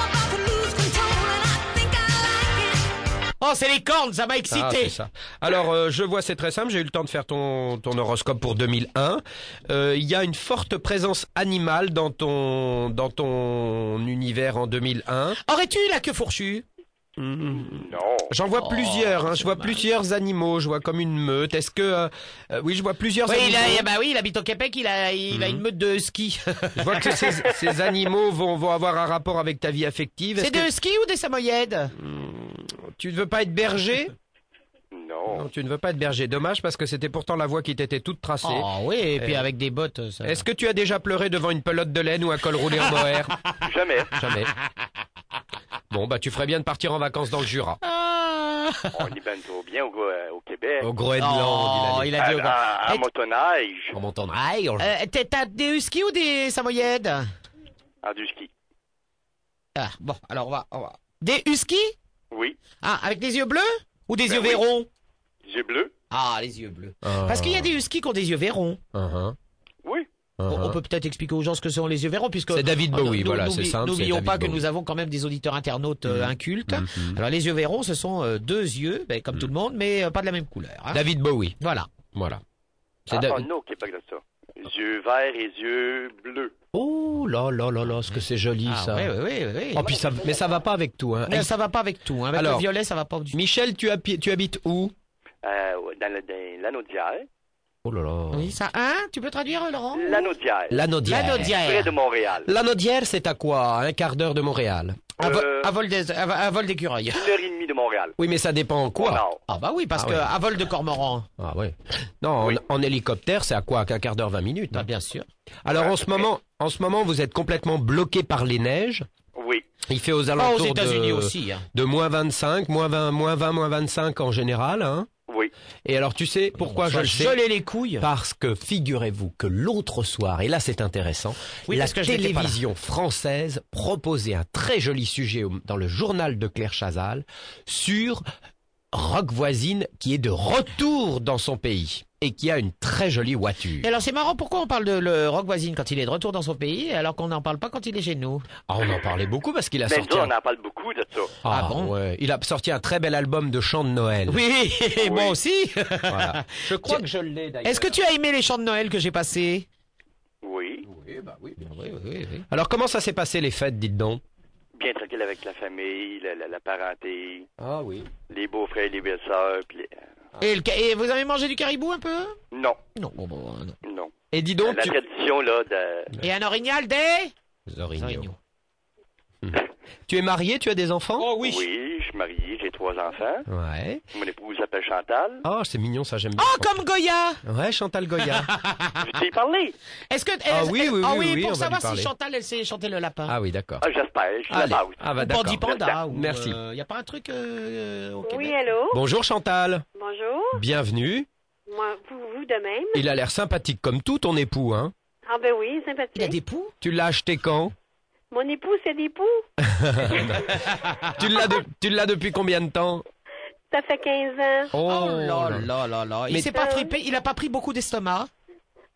Speaker 8: about to lose control and I think I like it.
Speaker 3: Non, Oh, c'est les cornes, ça m'a excité.
Speaker 2: Ah, c'est ça. Alors, euh, je vois, c'est très simple. J'ai eu le temps de faire ton, ton horoscope pour 2001. Euh, Il y a une forte présence animale dans ton, dans ton univers en 2001.
Speaker 3: Aurais-tu eu la queue fourchue
Speaker 7: Non.
Speaker 2: J'en vois
Speaker 3: Oh,
Speaker 2: plusieurs. hein.
Speaker 3: c'est
Speaker 2: Je vois
Speaker 3: dommage.
Speaker 2: plusieurs animaux. Je vois comme une meute. Est-ce que, euh, euh, oui, je vois plusieurs
Speaker 3: Oui, il
Speaker 2: animaux.
Speaker 3: a, bah oui, il habite au Québec, il a, il a une meute de ski.
Speaker 2: Je vois que ces, ces animaux vont, vont avoir un rapport avec ta vie affective. Est-ce
Speaker 3: C'est
Speaker 2: que
Speaker 3: de ski ou des samoyèdes
Speaker 2: tu ne veux pas être berger
Speaker 7: Non.
Speaker 2: Non, tu ne veux pas être berger. Dommage parce que c'était pourtant la voie qui t'était toute tracée.
Speaker 3: Oh oui, et puis
Speaker 2: Euh,
Speaker 3: avec des bottes. Ça...
Speaker 2: Est-ce que tu as déjà pleuré devant une pelote de laine ou un col roulé en mohair
Speaker 7: Jamais.
Speaker 2: Jamais. Bon, bah tu ferais bien de partir en vacances dans le Jura.
Speaker 3: Ah
Speaker 7: On y baigne trop bien au, euh, au Québec.
Speaker 2: Au Groenland,
Speaker 3: Oh,
Speaker 2: il
Speaker 3: il
Speaker 2: a
Speaker 3: a
Speaker 7: à,
Speaker 3: dit au grand-
Speaker 7: à, à
Speaker 3: Et-
Speaker 7: motoneige,
Speaker 2: dit. En Montagne.
Speaker 3: Euh, t'es- T'as des huskies ou des samoyèdes
Speaker 7: à du ski.
Speaker 3: Ah, bon, alors on va, on va. Des huskies
Speaker 7: Oui.
Speaker 3: Ah, avec des yeux bleus Ou des
Speaker 7: Ben
Speaker 3: yeux
Speaker 7: oui.
Speaker 3: verrons
Speaker 7: J'ai bleu.
Speaker 3: Ah, les yeux bleus. Parce
Speaker 2: Ah.
Speaker 3: qu'il y a des huskies qui ont des yeux verrons.
Speaker 7: Oui.
Speaker 3: On- On peut peut-être expliquer aux gens ce que sont les yeux verrons, puisque
Speaker 2: ah. C'est David
Speaker 3: Ah,
Speaker 2: Bowie,
Speaker 3: nous-
Speaker 2: voilà,
Speaker 3: nous-
Speaker 2: c'est
Speaker 3: n'oubli-
Speaker 2: simple. c'est
Speaker 3: N'oublions
Speaker 2: David
Speaker 3: pas que
Speaker 2: Bowie. Mm-hmm.
Speaker 3: nous avons quand même des auditeurs internautes euh, incultes. Alors les yeux verrons, ce sont euh, deux yeux, ben, comme tout le monde, mais euh, pas de la même couleur. hein.
Speaker 2: Mm. David Bowie,
Speaker 3: Voilà.
Speaker 2: voilà. C'est
Speaker 7: Ah,
Speaker 2: Da-
Speaker 7: non, au Québec, là, ça. Yeux verts et yeux bleus.
Speaker 2: Oh là là là là, ce que c'est joli
Speaker 3: Ah,
Speaker 2: ça.
Speaker 3: oui, oui, oui, oui.
Speaker 2: Oh, puis ça- Mais ça va pas avec tout. Hein.
Speaker 3: Mais ça va pas avec tout. hein. Avec
Speaker 2: Alors-
Speaker 3: le violet, ça va pas du tout.
Speaker 2: Michel, tu, habi- tu habites où
Speaker 7: Euh, dans le- dans l'anneau d'hier.
Speaker 2: Oh là là.
Speaker 3: Oui, ça. Hein Tu peux traduire, Laurent
Speaker 7: L'anneau d'hier.
Speaker 2: Lanaudière.
Speaker 7: Près
Speaker 3: L'anodière.
Speaker 7: de Montréal.
Speaker 2: Lanaudière, c'est à quoi À Un quart d'heure de Montréal.
Speaker 3: À, vo-
Speaker 7: Euh,
Speaker 3: à vol des- à vo- à vol d'écureuil.
Speaker 7: Une heure et demie de Montréal.
Speaker 2: Oui, mais ça dépend en quoi.
Speaker 7: Non.
Speaker 3: Ah bah oui, parce
Speaker 2: Ah
Speaker 3: que
Speaker 2: ouais.
Speaker 3: à vol de cormoran.
Speaker 2: Ah ouais. Non,
Speaker 7: Oui.
Speaker 2: En, en hélicoptère, c'est à quoi Qu'un quart d'heure, 20 minutes. hein.
Speaker 3: Bah, bien sûr.
Speaker 2: Alors en ce moment, en ce moment, vous êtes complètement bloqué par les neiges.
Speaker 7: Oui.
Speaker 2: Il fait aux
Speaker 3: Pas
Speaker 2: alentours
Speaker 3: Oh, aux États-Unis
Speaker 2: de,
Speaker 3: aussi. hein.
Speaker 2: de moins 25, moins 20, moins 20, moins 25 en général. hein.
Speaker 7: Oui.
Speaker 2: Et alors tu sais pourquoi je
Speaker 3: Soit
Speaker 2: le sais
Speaker 3: geler les couilles.
Speaker 2: Parce que figurez-vous que l'autre soir, et là c'est intéressant,
Speaker 3: Oui,
Speaker 2: la
Speaker 3: parce que je n'étais pas là.
Speaker 2: télévision française proposait un très joli sujet au- dans le journal de Claire Chazal sur Rock Voisine qui est de retour dans son pays et qui a une très jolie voiture.
Speaker 3: Et alors c'est marrant, pourquoi on parle de le rock voisine quand il est de retour dans son pays, alors qu'on n'en parle pas quand il est chez nous
Speaker 2: Ah, on en parlait beaucoup parce qu'il a
Speaker 7: Mais
Speaker 2: sorti...
Speaker 7: nous,
Speaker 2: un-
Speaker 7: on en parle beaucoup de ça.
Speaker 2: Ah,
Speaker 3: Ah bon
Speaker 2: ouais. Il a sorti un très bel album de chants de Noël.
Speaker 3: Oui, moi aussi.
Speaker 2: Voilà. Je crois
Speaker 3: Tu-
Speaker 2: que je l'ai d'ailleurs.
Speaker 3: Est-ce que tu as aimé les chants de Noël que j'ai passés
Speaker 7: Oui.
Speaker 3: Oui, oui, oui.
Speaker 2: Alors comment ça s'est passé les fêtes, dites donc
Speaker 7: Bien tranquille avec la famille, la, la- la parenté,
Speaker 2: Ah oui.
Speaker 7: les beaux-frères, les belles-sœurs. puis les- euh,
Speaker 2: Ah.
Speaker 3: Et, le ca- et vous avez mangé du caribou un peu
Speaker 7: Non.
Speaker 3: non, bon, bon, non.
Speaker 7: Non.
Speaker 2: Et dis donc,
Speaker 7: la
Speaker 2: tu...
Speaker 7: tradition, là, de...
Speaker 3: Et un orignal des
Speaker 2: Zorigno.
Speaker 3: Zorigno.
Speaker 2: Hmm. Tu es marié, tu as des enfants Oh
Speaker 7: Oui, je suis marié, j'ai trois enfants.
Speaker 2: Ouais.
Speaker 7: Mon épouse s'appelle Chantal.
Speaker 2: Oh, c'est mignon ça, j'aime bien.
Speaker 3: Oh, comme Goya
Speaker 2: Ouais, Chantal Goya.
Speaker 7: Je t'ai parlé.
Speaker 3: Est-ce que...
Speaker 2: Ah
Speaker 3: est-ce-
Speaker 2: oui, oui,
Speaker 3: ah
Speaker 2: oui, oui, on va
Speaker 3: pour savoir
Speaker 2: lui parler.
Speaker 3: si Chantal, elle sait chanter le lapin.
Speaker 2: ah oui, d'accord.
Speaker 7: Ah, j'espère, je suis la
Speaker 2: Allez.
Speaker 7: base.
Speaker 2: Ah bah
Speaker 3: Ou Bandit
Speaker 2: d'accord.
Speaker 3: Panda. ou,
Speaker 2: Merci.
Speaker 3: euh, y a pas un truc euh, au
Speaker 8: Oui,
Speaker 3: Québec
Speaker 8: allô
Speaker 2: Bonjour Chantal,
Speaker 8: Bonjour.
Speaker 2: bienvenue.
Speaker 8: Moi, vous, vous de même.
Speaker 2: Il a l'air sympathique comme tout ton époux, hein.
Speaker 8: Ah ben oui,
Speaker 3: Il a
Speaker 8: sympathique.
Speaker 3: des poux
Speaker 2: Tu l'as acheté quand
Speaker 8: Mon époux, c'est des poux.
Speaker 2: Tu l'as de- tu l'as depuis combien de temps
Speaker 8: Ça fait 15 ans.
Speaker 3: Oh là là là là. Il
Speaker 2: Mais-
Speaker 3: s'est pas
Speaker 8: Euh,
Speaker 3: frippé, il a pas pris beaucoup d'estomac.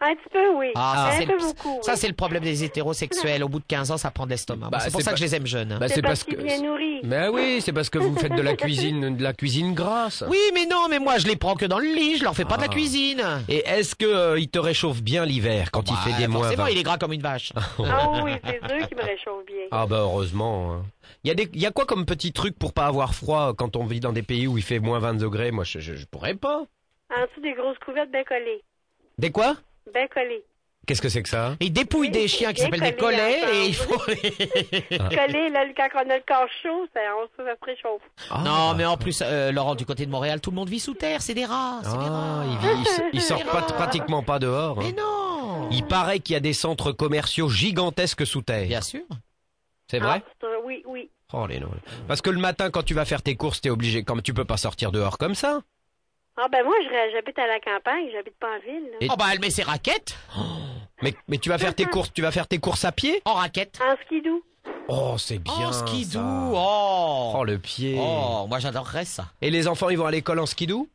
Speaker 8: Un petit peu, oui.
Speaker 3: Ah, ça,
Speaker 8: un
Speaker 3: c'est
Speaker 8: peu
Speaker 3: le-
Speaker 8: beaucoup.
Speaker 3: Ça,
Speaker 8: oui.
Speaker 3: c'est le problème des hétérosexuels. Au bout de 15 ans, ça prend de l'estomac.
Speaker 2: Bah,
Speaker 3: Moi, c'est pour
Speaker 2: c'est
Speaker 3: ça
Speaker 2: pas-
Speaker 3: que je les aime jeunes. hein.
Speaker 2: Bah,
Speaker 8: c'est parce
Speaker 2: que.
Speaker 8: qu'il est bien nourri.
Speaker 2: Mais Ben oui, c'est parce que vous faites de la cuisine, de la cuisine grasse.
Speaker 3: Oui, mais non, mais moi, je les prends que dans le lit. Je leur fais pas de la
Speaker 2: Hein. Ah.
Speaker 3: cuisine.
Speaker 2: Et est-ce que euh, il te réchauffe bien l'hiver quand il fait des moins
Speaker 3: Bah, Forcément,
Speaker 2: 20?
Speaker 3: il est gras comme une vache.
Speaker 8: Ah oui, c'est eux qui me réchauffent bien.
Speaker 2: Ah bah heureusement. hein. Il y a des, il y a quoi comme petit truc pour pas avoir froid quand on vit dans des pays où il fait moins 20 degrés Moi, je, je, je pourrais pas.
Speaker 8: En dessous des grosses couvertes, bien collées.
Speaker 2: Des quoi
Speaker 8: Bien collées.
Speaker 2: Qu'est-ce que c'est que ça
Speaker 3: Il dépouille des chiens qui s'appellent des collets et il faut les...
Speaker 8: Collées, là, quand on a le corps chaud, ça, on se ça se réchauffe.
Speaker 2: Ah.
Speaker 3: Non, mais en plus, euh, Laurent, du côté de Montréal, tout le monde vit sous terre. C'est des rats. C'est des
Speaker 2: Ah,
Speaker 3: rats.
Speaker 2: il, vit- il s- il sort pas, pratiquement pas dehors. hein.
Speaker 3: Mais non.
Speaker 2: Il paraît qu'il y a des centres commerciaux gigantesques sous
Speaker 3: Bien
Speaker 2: terre.
Speaker 3: sûr.
Speaker 2: C'est vrai
Speaker 8: Ah, c'est- oui, oui.
Speaker 2: Oh les noms. Parce que le matin, quand tu vas faire tes courses, t'es obligé. Comme tu peux pas sortir dehors comme ça.
Speaker 8: Ah ben moi, je ré- j'habite à la campagne, j'habite pas en ville. là.
Speaker 2: Et-
Speaker 3: Oh, bah, elle met ses raquettes
Speaker 2: Mais, mais tu vas faire tes courses, tu vas faire tes courses à pied.
Speaker 3: en raquette.
Speaker 8: En skidou.
Speaker 2: Oh, c'est bien.
Speaker 3: oh, skidoo.
Speaker 2: ça.
Speaker 3: Oh.
Speaker 2: Oh le pied.
Speaker 3: Oh, moi, j'adorerais ça.
Speaker 2: Et les enfants, ils vont à l'école en skidoo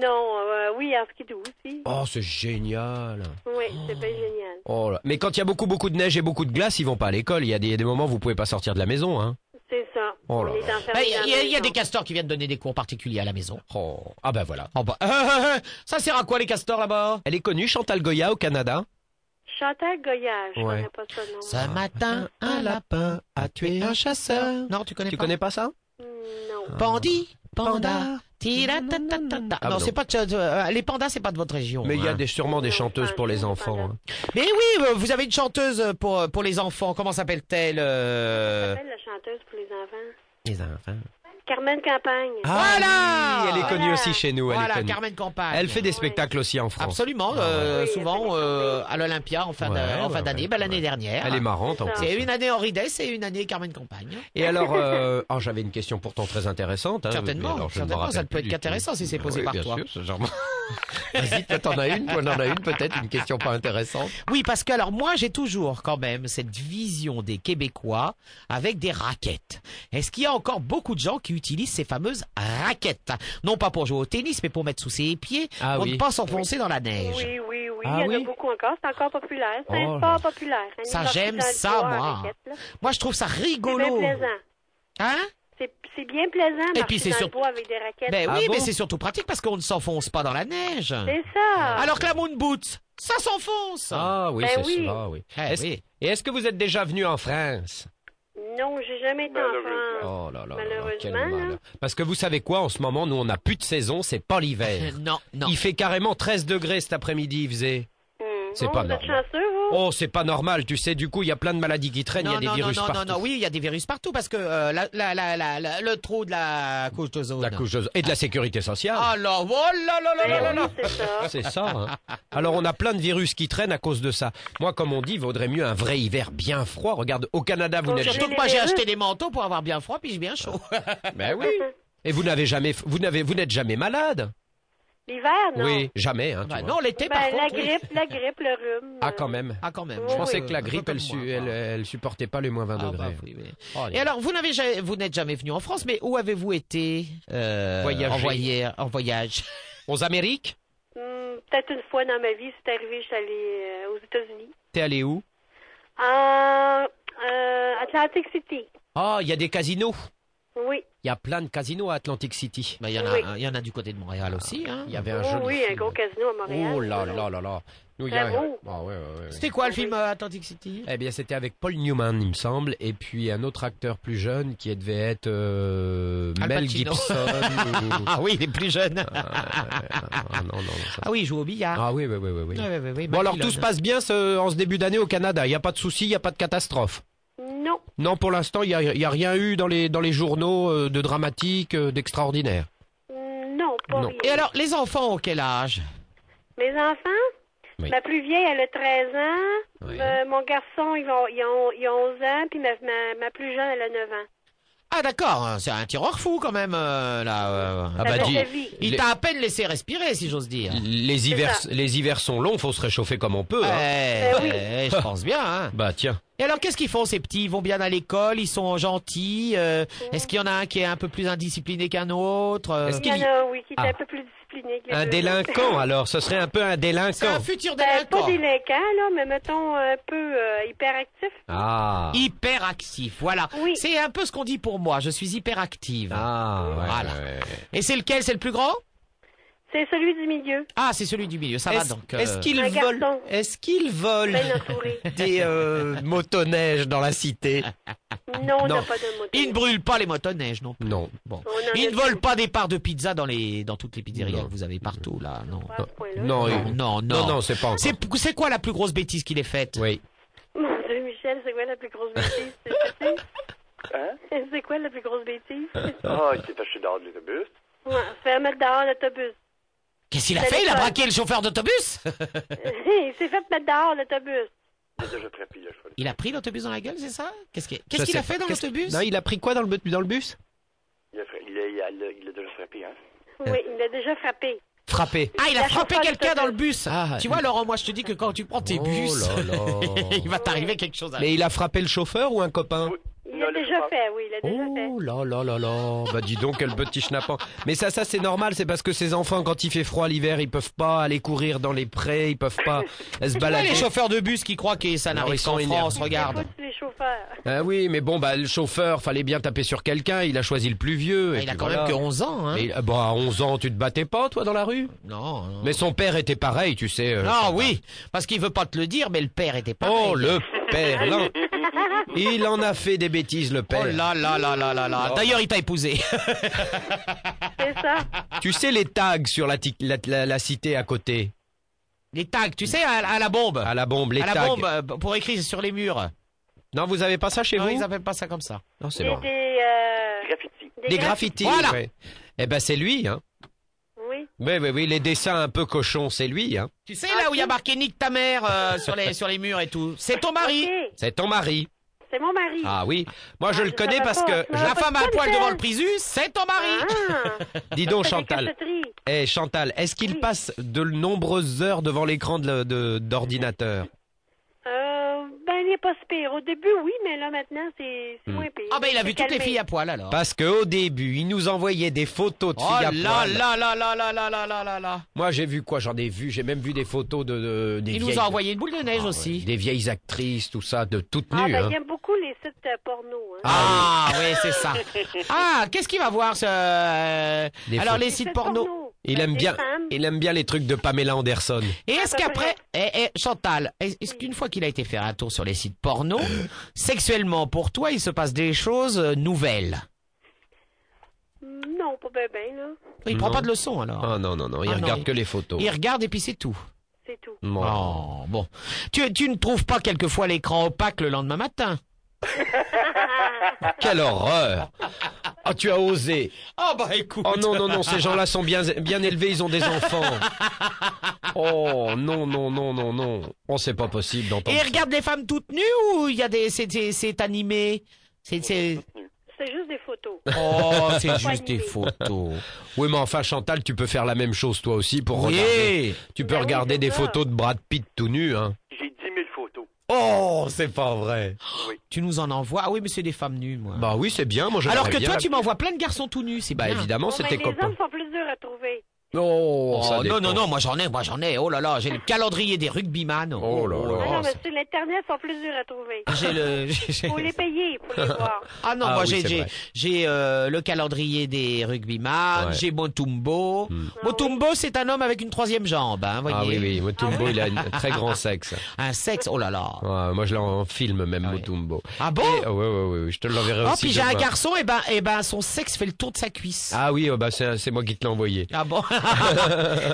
Speaker 8: Non, euh, oui, en skidou aussi.
Speaker 2: Oh, c'est génial.
Speaker 8: Oui, c'est bien génial.
Speaker 2: Oh là. Mais quand il y a beaucoup beaucoup de neige et beaucoup de glace, ils vont pas à l'école. Il y a des, il y a des moments où vous pouvez pas sortir de la maison. Hein.
Speaker 8: C'est ça.
Speaker 2: Oh
Speaker 8: On
Speaker 2: là
Speaker 8: est
Speaker 2: là.
Speaker 8: enfermés
Speaker 3: Ben, Il y, a-
Speaker 8: dans
Speaker 3: il y a- il y a
Speaker 8: la
Speaker 3: des
Speaker 8: maison.
Speaker 3: castors qui viennent donner des cours particuliers à la maison.
Speaker 2: Oh. Ah ben voilà.
Speaker 3: Oh bah, euh, euh, ça sert à quoi les castors là-bas
Speaker 2: Elle est connue, Chantal Goya au Canada.
Speaker 8: Chantal Goyage, je
Speaker 2: Ouais.
Speaker 8: connais pas ça, non.
Speaker 2: Ah.
Speaker 3: Ce matin, un lapin a tué un chasseur. Non, tu connais
Speaker 2: Tu
Speaker 3: pas.
Speaker 2: connais pas ça
Speaker 3: Euh.
Speaker 8: Non.
Speaker 3: Bandit, panda, tira ta ta ta ta.
Speaker 2: Ah, non.
Speaker 3: non, c'est pas de- euh, les pandas, c'est pas de votre région.
Speaker 2: Mais il y a
Speaker 3: hein.
Speaker 2: des, sûrement des
Speaker 8: Non,
Speaker 2: chanteuses
Speaker 8: pas-
Speaker 2: pour les
Speaker 8: pas
Speaker 2: enfants.
Speaker 8: là.
Speaker 2: hein.
Speaker 3: Mais oui, euh, vous avez une chanteuse euh, pour euh, pour les enfants. Comment s'appelle-t-elle euh,
Speaker 8: Appelle la chanteuse pour les enfants.
Speaker 3: Les enfants.
Speaker 8: Carmen Campagne.
Speaker 2: Ah,
Speaker 3: Voilà
Speaker 2: oui, Elle est connue
Speaker 8: Voilà.
Speaker 2: aussi chez nous. Elle, est
Speaker 3: Voilà,
Speaker 2: connue.
Speaker 3: Carmen Campagne.
Speaker 2: elle fait des spectacles aussi en France.
Speaker 3: Absolument,
Speaker 2: Ah,
Speaker 3: euh,
Speaker 8: ouais. Oui, elle
Speaker 3: souvent
Speaker 8: fait des
Speaker 3: euh,
Speaker 8: campagnes.
Speaker 3: à l'Olympia en fin de-
Speaker 2: Ouais,
Speaker 3: en fin
Speaker 2: ouais,
Speaker 3: d'année,
Speaker 2: ouais,
Speaker 3: ben, l'année
Speaker 2: ouais.
Speaker 3: dernière.
Speaker 2: Elle est marrante en
Speaker 8: C'est
Speaker 2: plus.
Speaker 3: C'est une année Henri Dess et une année Carmen Campagne.
Speaker 2: Et alors, euh, oh, j'avais une question pourtant très intéressante. hein, mais
Speaker 3: Certainement,
Speaker 2: alors, je ne me
Speaker 3: certainement, ça
Speaker 2: rappelle
Speaker 3: ne peut
Speaker 2: plus
Speaker 3: être
Speaker 2: du
Speaker 3: qu'intéressant si c'est
Speaker 2: tout.
Speaker 3: posé
Speaker 2: Oui,
Speaker 3: par
Speaker 2: bien
Speaker 3: toi.
Speaker 2: sûr, c'est genre- Vas-y, toi t'en as une, toi t'en as une peut-être, une question pas intéressante.
Speaker 3: Oui, parce que alors moi j'ai toujours quand même cette vision des Québécois avec des raquettes. Est-ce qu'il y a encore beaucoup de gens qui utilisent ces fameuses raquettes Non pas pour jouer au tennis, mais pour mettre sous ses pieds,
Speaker 2: Ah
Speaker 3: pour
Speaker 2: oui.
Speaker 3: ne pas s'enfoncer dans la neige.
Speaker 8: Oui, oui, oui.
Speaker 2: Ah
Speaker 8: il y en
Speaker 2: oui?
Speaker 8: a beaucoup encore. C'est encore populaire. C'est
Speaker 2: Oh.
Speaker 8: un sport populaire. Un
Speaker 3: Ça,
Speaker 8: universitaire
Speaker 3: j'aime
Speaker 8: de
Speaker 3: ça,
Speaker 8: joueur à
Speaker 3: moi.
Speaker 8: raquette, là.
Speaker 3: Moi je trouve ça
Speaker 8: C'est bien
Speaker 3: rigolo.
Speaker 8: plaisant. Ah
Speaker 3: Hein
Speaker 8: C'est c'est bien plaisant
Speaker 3: Et
Speaker 8: marcher
Speaker 3: puis, c'est
Speaker 8: dans
Speaker 3: sur-
Speaker 8: le bois avec des raquettes.
Speaker 3: Ben
Speaker 2: Ah
Speaker 3: oui,
Speaker 2: bon
Speaker 3: mais c'est surtout pratique parce qu'on ne s'enfonce pas dans la neige.
Speaker 8: C'est ça.
Speaker 3: Alors que la moon boots, ça s'enfonce.
Speaker 2: Ah oui,
Speaker 8: Ben
Speaker 2: c'est
Speaker 8: oui.
Speaker 2: cela, oui.
Speaker 3: Eh
Speaker 2: Est-ce-
Speaker 3: oui.
Speaker 2: Et est-ce que vous êtes déjà venu en France
Speaker 8: Non, j'ai jamais été
Speaker 7: Malheureusement.
Speaker 8: enfant.
Speaker 2: Oh là là, là là, quel
Speaker 8: Malheureusement,
Speaker 2: mal.
Speaker 8: là.
Speaker 2: Parce que vous savez quoi, en ce moment, nous on n'a plus de saison, c'est pas l'hiver.
Speaker 3: Euh, Non, non.
Speaker 2: Il fait carrément 13 degrés cet après-midi, il faisait.
Speaker 8: Hmm.
Speaker 2: C'est
Speaker 8: Oh,
Speaker 2: pas
Speaker 8: vous êtes
Speaker 2: normal.
Speaker 8: chanceux, vous?
Speaker 2: Oh, c'est pas normal, tu sais, du coup, il y a plein de maladies qui traînent, il y a
Speaker 3: non,
Speaker 2: des
Speaker 3: non,
Speaker 2: virus
Speaker 3: non, non,
Speaker 2: partout.
Speaker 3: non, oui, il y a des virus partout parce que euh, la- la- la- la- la- le trou de la couche d'ozone.
Speaker 2: La couche d'ozone. Et de la sécurité sociale.
Speaker 3: Alors, oh là là là
Speaker 8: Ben
Speaker 3: là là
Speaker 8: oui,
Speaker 3: là.
Speaker 8: c'est ça.
Speaker 2: C'est ça. hein. Alors on a plein de virus qui traînent à cause de ça. Moi, comme on dit, vaudrait mieux un vrai hiver bien froid. Regarde, au Canada, vous n'êtes
Speaker 8: Aujourd'hui-
Speaker 3: Surtout que moi j'ai acheté des manteaux pour avoir bien froid puis j'ai bien chaud.
Speaker 2: Ben oui. Et vous n'avez jamais, vous n'avez, vous n'êtes jamais malade.
Speaker 8: L'hiver, non.
Speaker 2: Oui, jamais. Hein, tu
Speaker 3: Bah
Speaker 2: vois.
Speaker 3: non, l'été par
Speaker 8: Ben, la
Speaker 3: contre. oui.
Speaker 8: grippe, la grippe, le rhume.
Speaker 2: Ah quand même.
Speaker 3: Ah quand même.
Speaker 2: Je
Speaker 8: Oui,
Speaker 2: pensais
Speaker 3: Euh,
Speaker 2: que la
Speaker 3: un peu
Speaker 2: grippe,
Speaker 3: comme
Speaker 2: elle, su-
Speaker 3: moi,
Speaker 2: elle, elle supportait pas les moins 20
Speaker 3: Ah, bah
Speaker 2: degrés.
Speaker 3: oui, oui.
Speaker 2: Oh, les-
Speaker 3: Et alors, vous n'avez jamais, vous n'êtes jamais venu en France, mais où avez-vous été euh,
Speaker 2: Voyager.
Speaker 3: envoyé- en voyage
Speaker 2: Aux Amériques,
Speaker 8: Hmm, Peut-être une fois dans ma vie, c'est arrivé, je suis allée euh, aux États-Unis.
Speaker 2: t'es allé où
Speaker 8: En euh, Atlantic City.
Speaker 2: Ah, il y a des casinos.
Speaker 8: Oui.
Speaker 2: Il y a plein de casinos à Atlantic City.
Speaker 3: Ben, Il y en a,
Speaker 8: Oui.
Speaker 3: il y en a du côté de Montréal aussi. Hein.
Speaker 2: Ah, Il y avait un
Speaker 8: Oui,
Speaker 2: joli
Speaker 8: Oh, oui, un
Speaker 2: film.
Speaker 8: gros casino à Montréal.
Speaker 2: Oh là là là là. Nous, il y a-
Speaker 8: Très beau.
Speaker 2: Ah, ouais, ouais, ouais, ouais.
Speaker 3: C'était quoi le film euh, Atlantic City
Speaker 2: Eh bien, c'était avec Paul Newman, il me semble, et puis un autre acteur plus jeune qui devait être euh,
Speaker 3: Al
Speaker 2: Mel
Speaker 3: Pacino.
Speaker 2: Gibson. ou-
Speaker 3: Ah oui, il est plus jeune.
Speaker 2: Ah, non, non, non, ça-
Speaker 3: Ah oui, il joue au billard.
Speaker 2: Ah oui, oui, oui, oui. oui.
Speaker 3: Ouais, ouais, ouais, ouais,
Speaker 2: Bon, alors
Speaker 3: Babylone.
Speaker 2: tout se passe bien ce- en ce début d'année au Canada. Il n'y a pas de souci, il n'y a pas de catastrophe.
Speaker 8: Non.
Speaker 2: Non, pour l'instant, il n'y a, il y a rien eu dans les, dans les journaux euh, de dramatique, euh, d'extraordinaire.
Speaker 8: Non, pas
Speaker 2: Non.
Speaker 8: rien.
Speaker 3: Et alors, les enfants ont quel âge
Speaker 8: Mes enfants?
Speaker 2: Oui.
Speaker 8: Ma plus vieille, elle a 13 ans.
Speaker 2: Oui.
Speaker 8: Euh, mon garçon, ils, vont, ils, ont, ils ont 11 ans. Puis ma, ma, ma plus jeune, elle a 9 ans.
Speaker 3: Ah d'accord, hein, c'est un tireur fou quand même, euh, là. euh,
Speaker 2: Ah
Speaker 8: Ça
Speaker 2: bah,
Speaker 8: fait
Speaker 2: dis-
Speaker 8: sa vie.
Speaker 3: Il
Speaker 2: Les-
Speaker 3: t'a à peine laissé respirer, si j'ose dire.
Speaker 2: Les hivers,
Speaker 8: ça.
Speaker 2: les hivers sont longs, faut se réchauffer comme on peut.
Speaker 3: Eh,
Speaker 2: hein.
Speaker 8: oui.
Speaker 3: eh, je pense bien. Hein.
Speaker 2: Bah tiens,
Speaker 3: Et alors, qu'est-ce qu'ils font ces petits Ils vont bien à l'école, ils sont gentils. euh, Est-ce qu'il y en a un qui est un peu plus indiscipliné qu'un autre euh,
Speaker 2: Est-ce
Speaker 8: Il y en a, oui, qui est
Speaker 2: Ah.
Speaker 8: un peu plus discipliné. que les
Speaker 2: un
Speaker 8: deux.
Speaker 2: délinquant alors, ce serait un peu un
Speaker 3: C'est un
Speaker 2: délinquant.
Speaker 3: futur
Speaker 8: Ben,
Speaker 3: délinquant.
Speaker 8: pas délinquant, là, mais mettons un peu euh, hyperactif.
Speaker 2: Ah,
Speaker 3: Hyperactif, voilà.
Speaker 8: Oui.
Speaker 3: C'est un peu ce qu'on dit pour moi. Je suis hyperactive.
Speaker 2: ah, ouais,
Speaker 3: Voilà.
Speaker 2: ouais, ouais.
Speaker 3: Et c'est lequel C'est le plus grand
Speaker 8: C'est celui du milieu.
Speaker 3: Ah, c'est celui du milieu. Ça va
Speaker 2: Est-ce
Speaker 3: donc. euh,
Speaker 2: est-ce qu'ils
Speaker 8: Un
Speaker 2: volent
Speaker 8: garçon.
Speaker 2: Est-ce qu'ils volent
Speaker 8: Ben entouré.
Speaker 2: des euh, motoneiges dans la cité
Speaker 8: Non, on
Speaker 2: Non.
Speaker 8: n'a pas de moto.
Speaker 3: Ils ne brûlent pas les motoneiges non plus.
Speaker 2: Non. Bon.
Speaker 8: On en a
Speaker 3: Ils ne
Speaker 8: deux.
Speaker 3: volent pas des parts de pizza dans les dans toutes les pizzerias
Speaker 2: Non.
Speaker 3: que vous avez partout là, non.
Speaker 8: Pas à ce point-là.
Speaker 2: Non,
Speaker 3: Non,
Speaker 2: euh, non,
Speaker 3: non, non.
Speaker 2: non, c'est pas encore.
Speaker 3: C'est c'est quoi la plus grosse bêtise qu'il ait faite
Speaker 2: Oui.
Speaker 8: Mon Dieu, Michel, c'est quoi la plus grosse bêtise? C'est- c'est-
Speaker 7: Hein?
Speaker 8: c'est- C'est quoi la plus grosse bêtise?
Speaker 7: Ah, il s'est acheté dehors de l'autobus.
Speaker 8: Ouais, faire mettre dehors l'autobus.
Speaker 3: Qu'est-ce qu'il a
Speaker 8: C'est
Speaker 3: fait Il a
Speaker 8: l'école.
Speaker 3: braqué le chauffeur d'autobus
Speaker 8: Il s'est fait mettre dehors l'autobus.
Speaker 7: Il a déjà pris un pillage. folle.
Speaker 3: Il a pris l'autobus dans la gueule, c'est ça Qu'est-ce qu'il qu'est-ce
Speaker 2: Je
Speaker 3: qu'il
Speaker 2: sais
Speaker 3: a fait
Speaker 2: pas.
Speaker 3: dans
Speaker 2: Qu'est-ce-
Speaker 3: l'autobus
Speaker 2: Non, il a pris quoi dans le, bu- dans le bus
Speaker 7: Il a, fra- il a, il a, il a- il a déjà frappé, hein?
Speaker 8: Oui, il l'a déjà frappé.
Speaker 2: Frappé.
Speaker 3: Ah, il a
Speaker 8: Il a
Speaker 3: frappé
Speaker 8: chauffé
Speaker 3: quelqu'un
Speaker 8: l'autobus.
Speaker 3: dans le bus.
Speaker 2: Ah,
Speaker 3: tu vois, Laurent, moi je te dis que quand tu prends tes
Speaker 2: Oh
Speaker 3: bus,
Speaker 2: là là.
Speaker 3: il va t'arriver quelque chose. À...
Speaker 2: Mais il a frappé le chauffeur ou un copain
Speaker 7: Oui.
Speaker 8: Il
Speaker 7: Non,
Speaker 8: l'a
Speaker 7: le
Speaker 8: déjà
Speaker 7: chauffeur.
Speaker 8: fait, oui, il l'a déjà fait.
Speaker 2: Oh là là là là Bah dis donc quel petit schnappant Mais ça ça c'est normal c'est parce que ces enfants quand il fait froid l'hiver ils peuvent pas aller courir dans les prés ils peuvent pas se
Speaker 3: Ouais,
Speaker 2: balader
Speaker 3: les chauffeurs de bus qui croient que ça
Speaker 2: Non, ils
Speaker 3: n'arrive
Speaker 2: sont
Speaker 3: qu'en
Speaker 2: énervés.
Speaker 3: France,
Speaker 8: Il
Speaker 3: regarde.
Speaker 8: faut tous les chauffeur.
Speaker 2: Ah oui, mais bon, bah, le chauffeur, fallait bien taper sur quelqu'un, il a choisi le plus vieux. et
Speaker 3: Ah, il a
Speaker 2: puis
Speaker 3: quand
Speaker 2: voilà.
Speaker 3: même que 11 ans, hein.
Speaker 2: Et, euh, bon, à 11 ans, tu te battais pas, toi, dans la rue
Speaker 3: Non, non.
Speaker 2: Mais son père était pareil, tu sais. euh,
Speaker 3: Ah
Speaker 2: Chantal.
Speaker 3: oui, parce qu'il veut pas te le dire, mais le père était pas.
Speaker 2: Oh, le père, là. Il en a fait des bêtises, le
Speaker 3: Oh
Speaker 2: père. Oh.
Speaker 3: là là là là là là. D'ailleurs, il t'a épousé.
Speaker 8: C'est ça.
Speaker 2: Tu sais les tags sur la, tic- la, la- la cité à côté,
Speaker 3: Les tags, tu sais, à, à la bombe.
Speaker 2: à la bombe, Ah, les
Speaker 3: à la
Speaker 2: tags.
Speaker 3: bombe, euh, pour écrire sur les murs.
Speaker 2: Non, vous avez pas ça chez
Speaker 3: non,
Speaker 2: vous
Speaker 3: ils appellent pas ça comme ça.
Speaker 2: Non, c'est
Speaker 8: Des,
Speaker 2: bon.
Speaker 8: des, euh,
Speaker 7: Graffiti.
Speaker 2: Des
Speaker 8: graphiques.
Speaker 2: graffitis.
Speaker 3: Voilà.
Speaker 2: ouais. Eh ben, c'est lui, hein.
Speaker 8: Oui.
Speaker 2: Oui, oui, oui, les dessins un peu cochons, c'est lui, hein.
Speaker 3: Tu sais, là où il y a marqué nique ta mère euh, sur, les, sur les murs et tout. C'est ton mari.
Speaker 8: Ok,
Speaker 2: C'est ton mari.
Speaker 8: C'est mon mari.
Speaker 2: Ah oui. Moi, je
Speaker 8: Ah,
Speaker 2: le
Speaker 8: je
Speaker 2: connais
Speaker 8: savais
Speaker 2: parce
Speaker 8: pas.
Speaker 2: que...
Speaker 8: Non.
Speaker 3: La femme à
Speaker 8: Bonne
Speaker 3: poil
Speaker 8: nouvelle.
Speaker 3: devant le prisu, c'est ton mari.
Speaker 8: Ah,
Speaker 2: Dis donc,
Speaker 8: ça fait que
Speaker 2: Chantal.
Speaker 8: je trie.
Speaker 2: Eh Chantal, est-ce qu'il
Speaker 8: Oui.
Speaker 2: passe de nombreuses heures devant l'écran de- de- d'ordinateur
Speaker 8: Euh, ben, il n'est pas si pire. Au début, oui, mais là, maintenant, c'est c'est moins pire.
Speaker 3: Ah ben, il a vu
Speaker 8: C'est
Speaker 3: toutes les
Speaker 8: calmé.
Speaker 3: filles à poil alors.
Speaker 2: Ah. Parce que au début, il nous envoyait des photos de
Speaker 3: Oh
Speaker 2: filles à
Speaker 3: là
Speaker 2: poil.
Speaker 3: là là là là là là là là là.
Speaker 2: Moi, j'ai vu quoi J'en ai vu. J'ai même vu des photos de, de- des
Speaker 3: Il
Speaker 2: vieilles.
Speaker 3: nous a envoyé une boule de neige
Speaker 2: Ah ouais,
Speaker 3: aussi.
Speaker 2: Des vieilles actrices, tout ça, de toutes
Speaker 8: Ah,
Speaker 2: nues.
Speaker 8: ben,
Speaker 2: hein.
Speaker 8: il aime beaucoup les sites euh, porno. Hein.
Speaker 3: Ah oui, c'est ça. Ah, qu'est-ce qu'il va voir ce euh,
Speaker 2: Des
Speaker 3: Alors
Speaker 2: photos.
Speaker 3: les sites porno.
Speaker 2: Il
Speaker 8: Ben,
Speaker 2: aime
Speaker 8: des
Speaker 2: bien.
Speaker 8: femmes.
Speaker 2: Il aime bien les trucs de Pamela Anderson.
Speaker 3: Et est-ce
Speaker 8: Ah, bah,
Speaker 3: qu'après eh, eh, Chantal, est-ce qu'une fois qu'il a été faire un tour sur les sites porno, sexuellement pour toi, il se passe des choses euh, nouvelles
Speaker 8: Non, pas ben, ben, là.
Speaker 3: Il
Speaker 2: Non.
Speaker 3: prend pas de leçon alors.
Speaker 2: Ah non non non, il
Speaker 3: Ah non,
Speaker 2: regarde
Speaker 3: il-
Speaker 2: que les photos.
Speaker 3: Il regarde et puis c'est tout.
Speaker 8: C'est tout.
Speaker 2: Bon.
Speaker 3: Oh, bon. Tu, tu ne trouves pas quelquefois l'écran opaque le lendemain matin
Speaker 2: Quelle horreur Ah, tu as osé
Speaker 3: Oh bah écoute.
Speaker 2: Oh non, non, non, ces gens-là sont bien, bien élevés, ils ont des enfants. Oh non, non, non, non, non. Oh, c'est pas possible d'entendre.
Speaker 3: Et il regarde les femmes toutes nues ou il y a des c'est c'est- c'est animé C'est c'est
Speaker 8: C'est juste des photos.
Speaker 3: Oh, c'est
Speaker 8: juste des
Speaker 3: photos.
Speaker 2: ça. Oui, mais enfin, Chantal, tu peux faire la même chose toi aussi pour
Speaker 3: Oui.
Speaker 2: regarder. Tu peux
Speaker 8: Ben oui,
Speaker 2: regarder
Speaker 8: c'est
Speaker 2: des
Speaker 8: ça.
Speaker 2: photos de Brad Pitt tout nu, hein.
Speaker 7: J'ai 10 000 photos.
Speaker 2: Oh, c'est pas vrai.
Speaker 3: Tu nous en envoies Ah oui, mais c'est des femmes nues moi.
Speaker 2: Bah oui, c'est bien, moi j'aimerais
Speaker 3: Alors que
Speaker 2: bien.
Speaker 3: toi tu m'envoies plein de garçons tout nus, c'est
Speaker 2: Bah
Speaker 3: bien.
Speaker 2: évidemment,
Speaker 8: Bon, ben,
Speaker 2: c'était
Speaker 8: les
Speaker 2: copain.
Speaker 8: hommes sont plus durs à trouver.
Speaker 2: Oh,
Speaker 3: Oh,
Speaker 2: ça dépend.
Speaker 3: non non non, moi j'en ai, moi j'en ai. Oh là là, j'ai le calendrier des rugbyman.
Speaker 2: Oh là là.
Speaker 8: Ah non, mais
Speaker 3: ça-
Speaker 8: sur l'Internet, ils sont plus durs à trouver.
Speaker 3: J'ai le j'ai-
Speaker 8: Faut les payer pour les voir.
Speaker 3: Ah non,
Speaker 2: Ah
Speaker 3: moi
Speaker 2: oui,
Speaker 3: j'ai
Speaker 2: c'est
Speaker 3: j'ai
Speaker 2: vrai.
Speaker 3: j'ai euh, le calendrier des rugbyman,
Speaker 2: Ouais. Hmm.
Speaker 3: j'ai Motumbo. Motumbo, c'est un homme avec une troisième jambe, hein, voyez.
Speaker 2: Ah oui, oui, Mutumbo, il a un très grand sexe.
Speaker 3: Un sexe, oh là là.
Speaker 2: Ouais, moi, je l'ai en film même,
Speaker 3: Ah oui.
Speaker 2: Mutumbo.
Speaker 3: Ah bon
Speaker 2: Et- oh, ouais, ouais, ouais, ouais, je te l'enverrai
Speaker 3: Oh,
Speaker 2: aussi.
Speaker 3: puis j'ai un
Speaker 2: demain.
Speaker 3: garçon, et ben, et ben, son sexe fait le tour de sa cuisse.
Speaker 2: Ah oui, oh, bah, c'est c'est moi qui te l'ai envoyé.
Speaker 3: Ah bon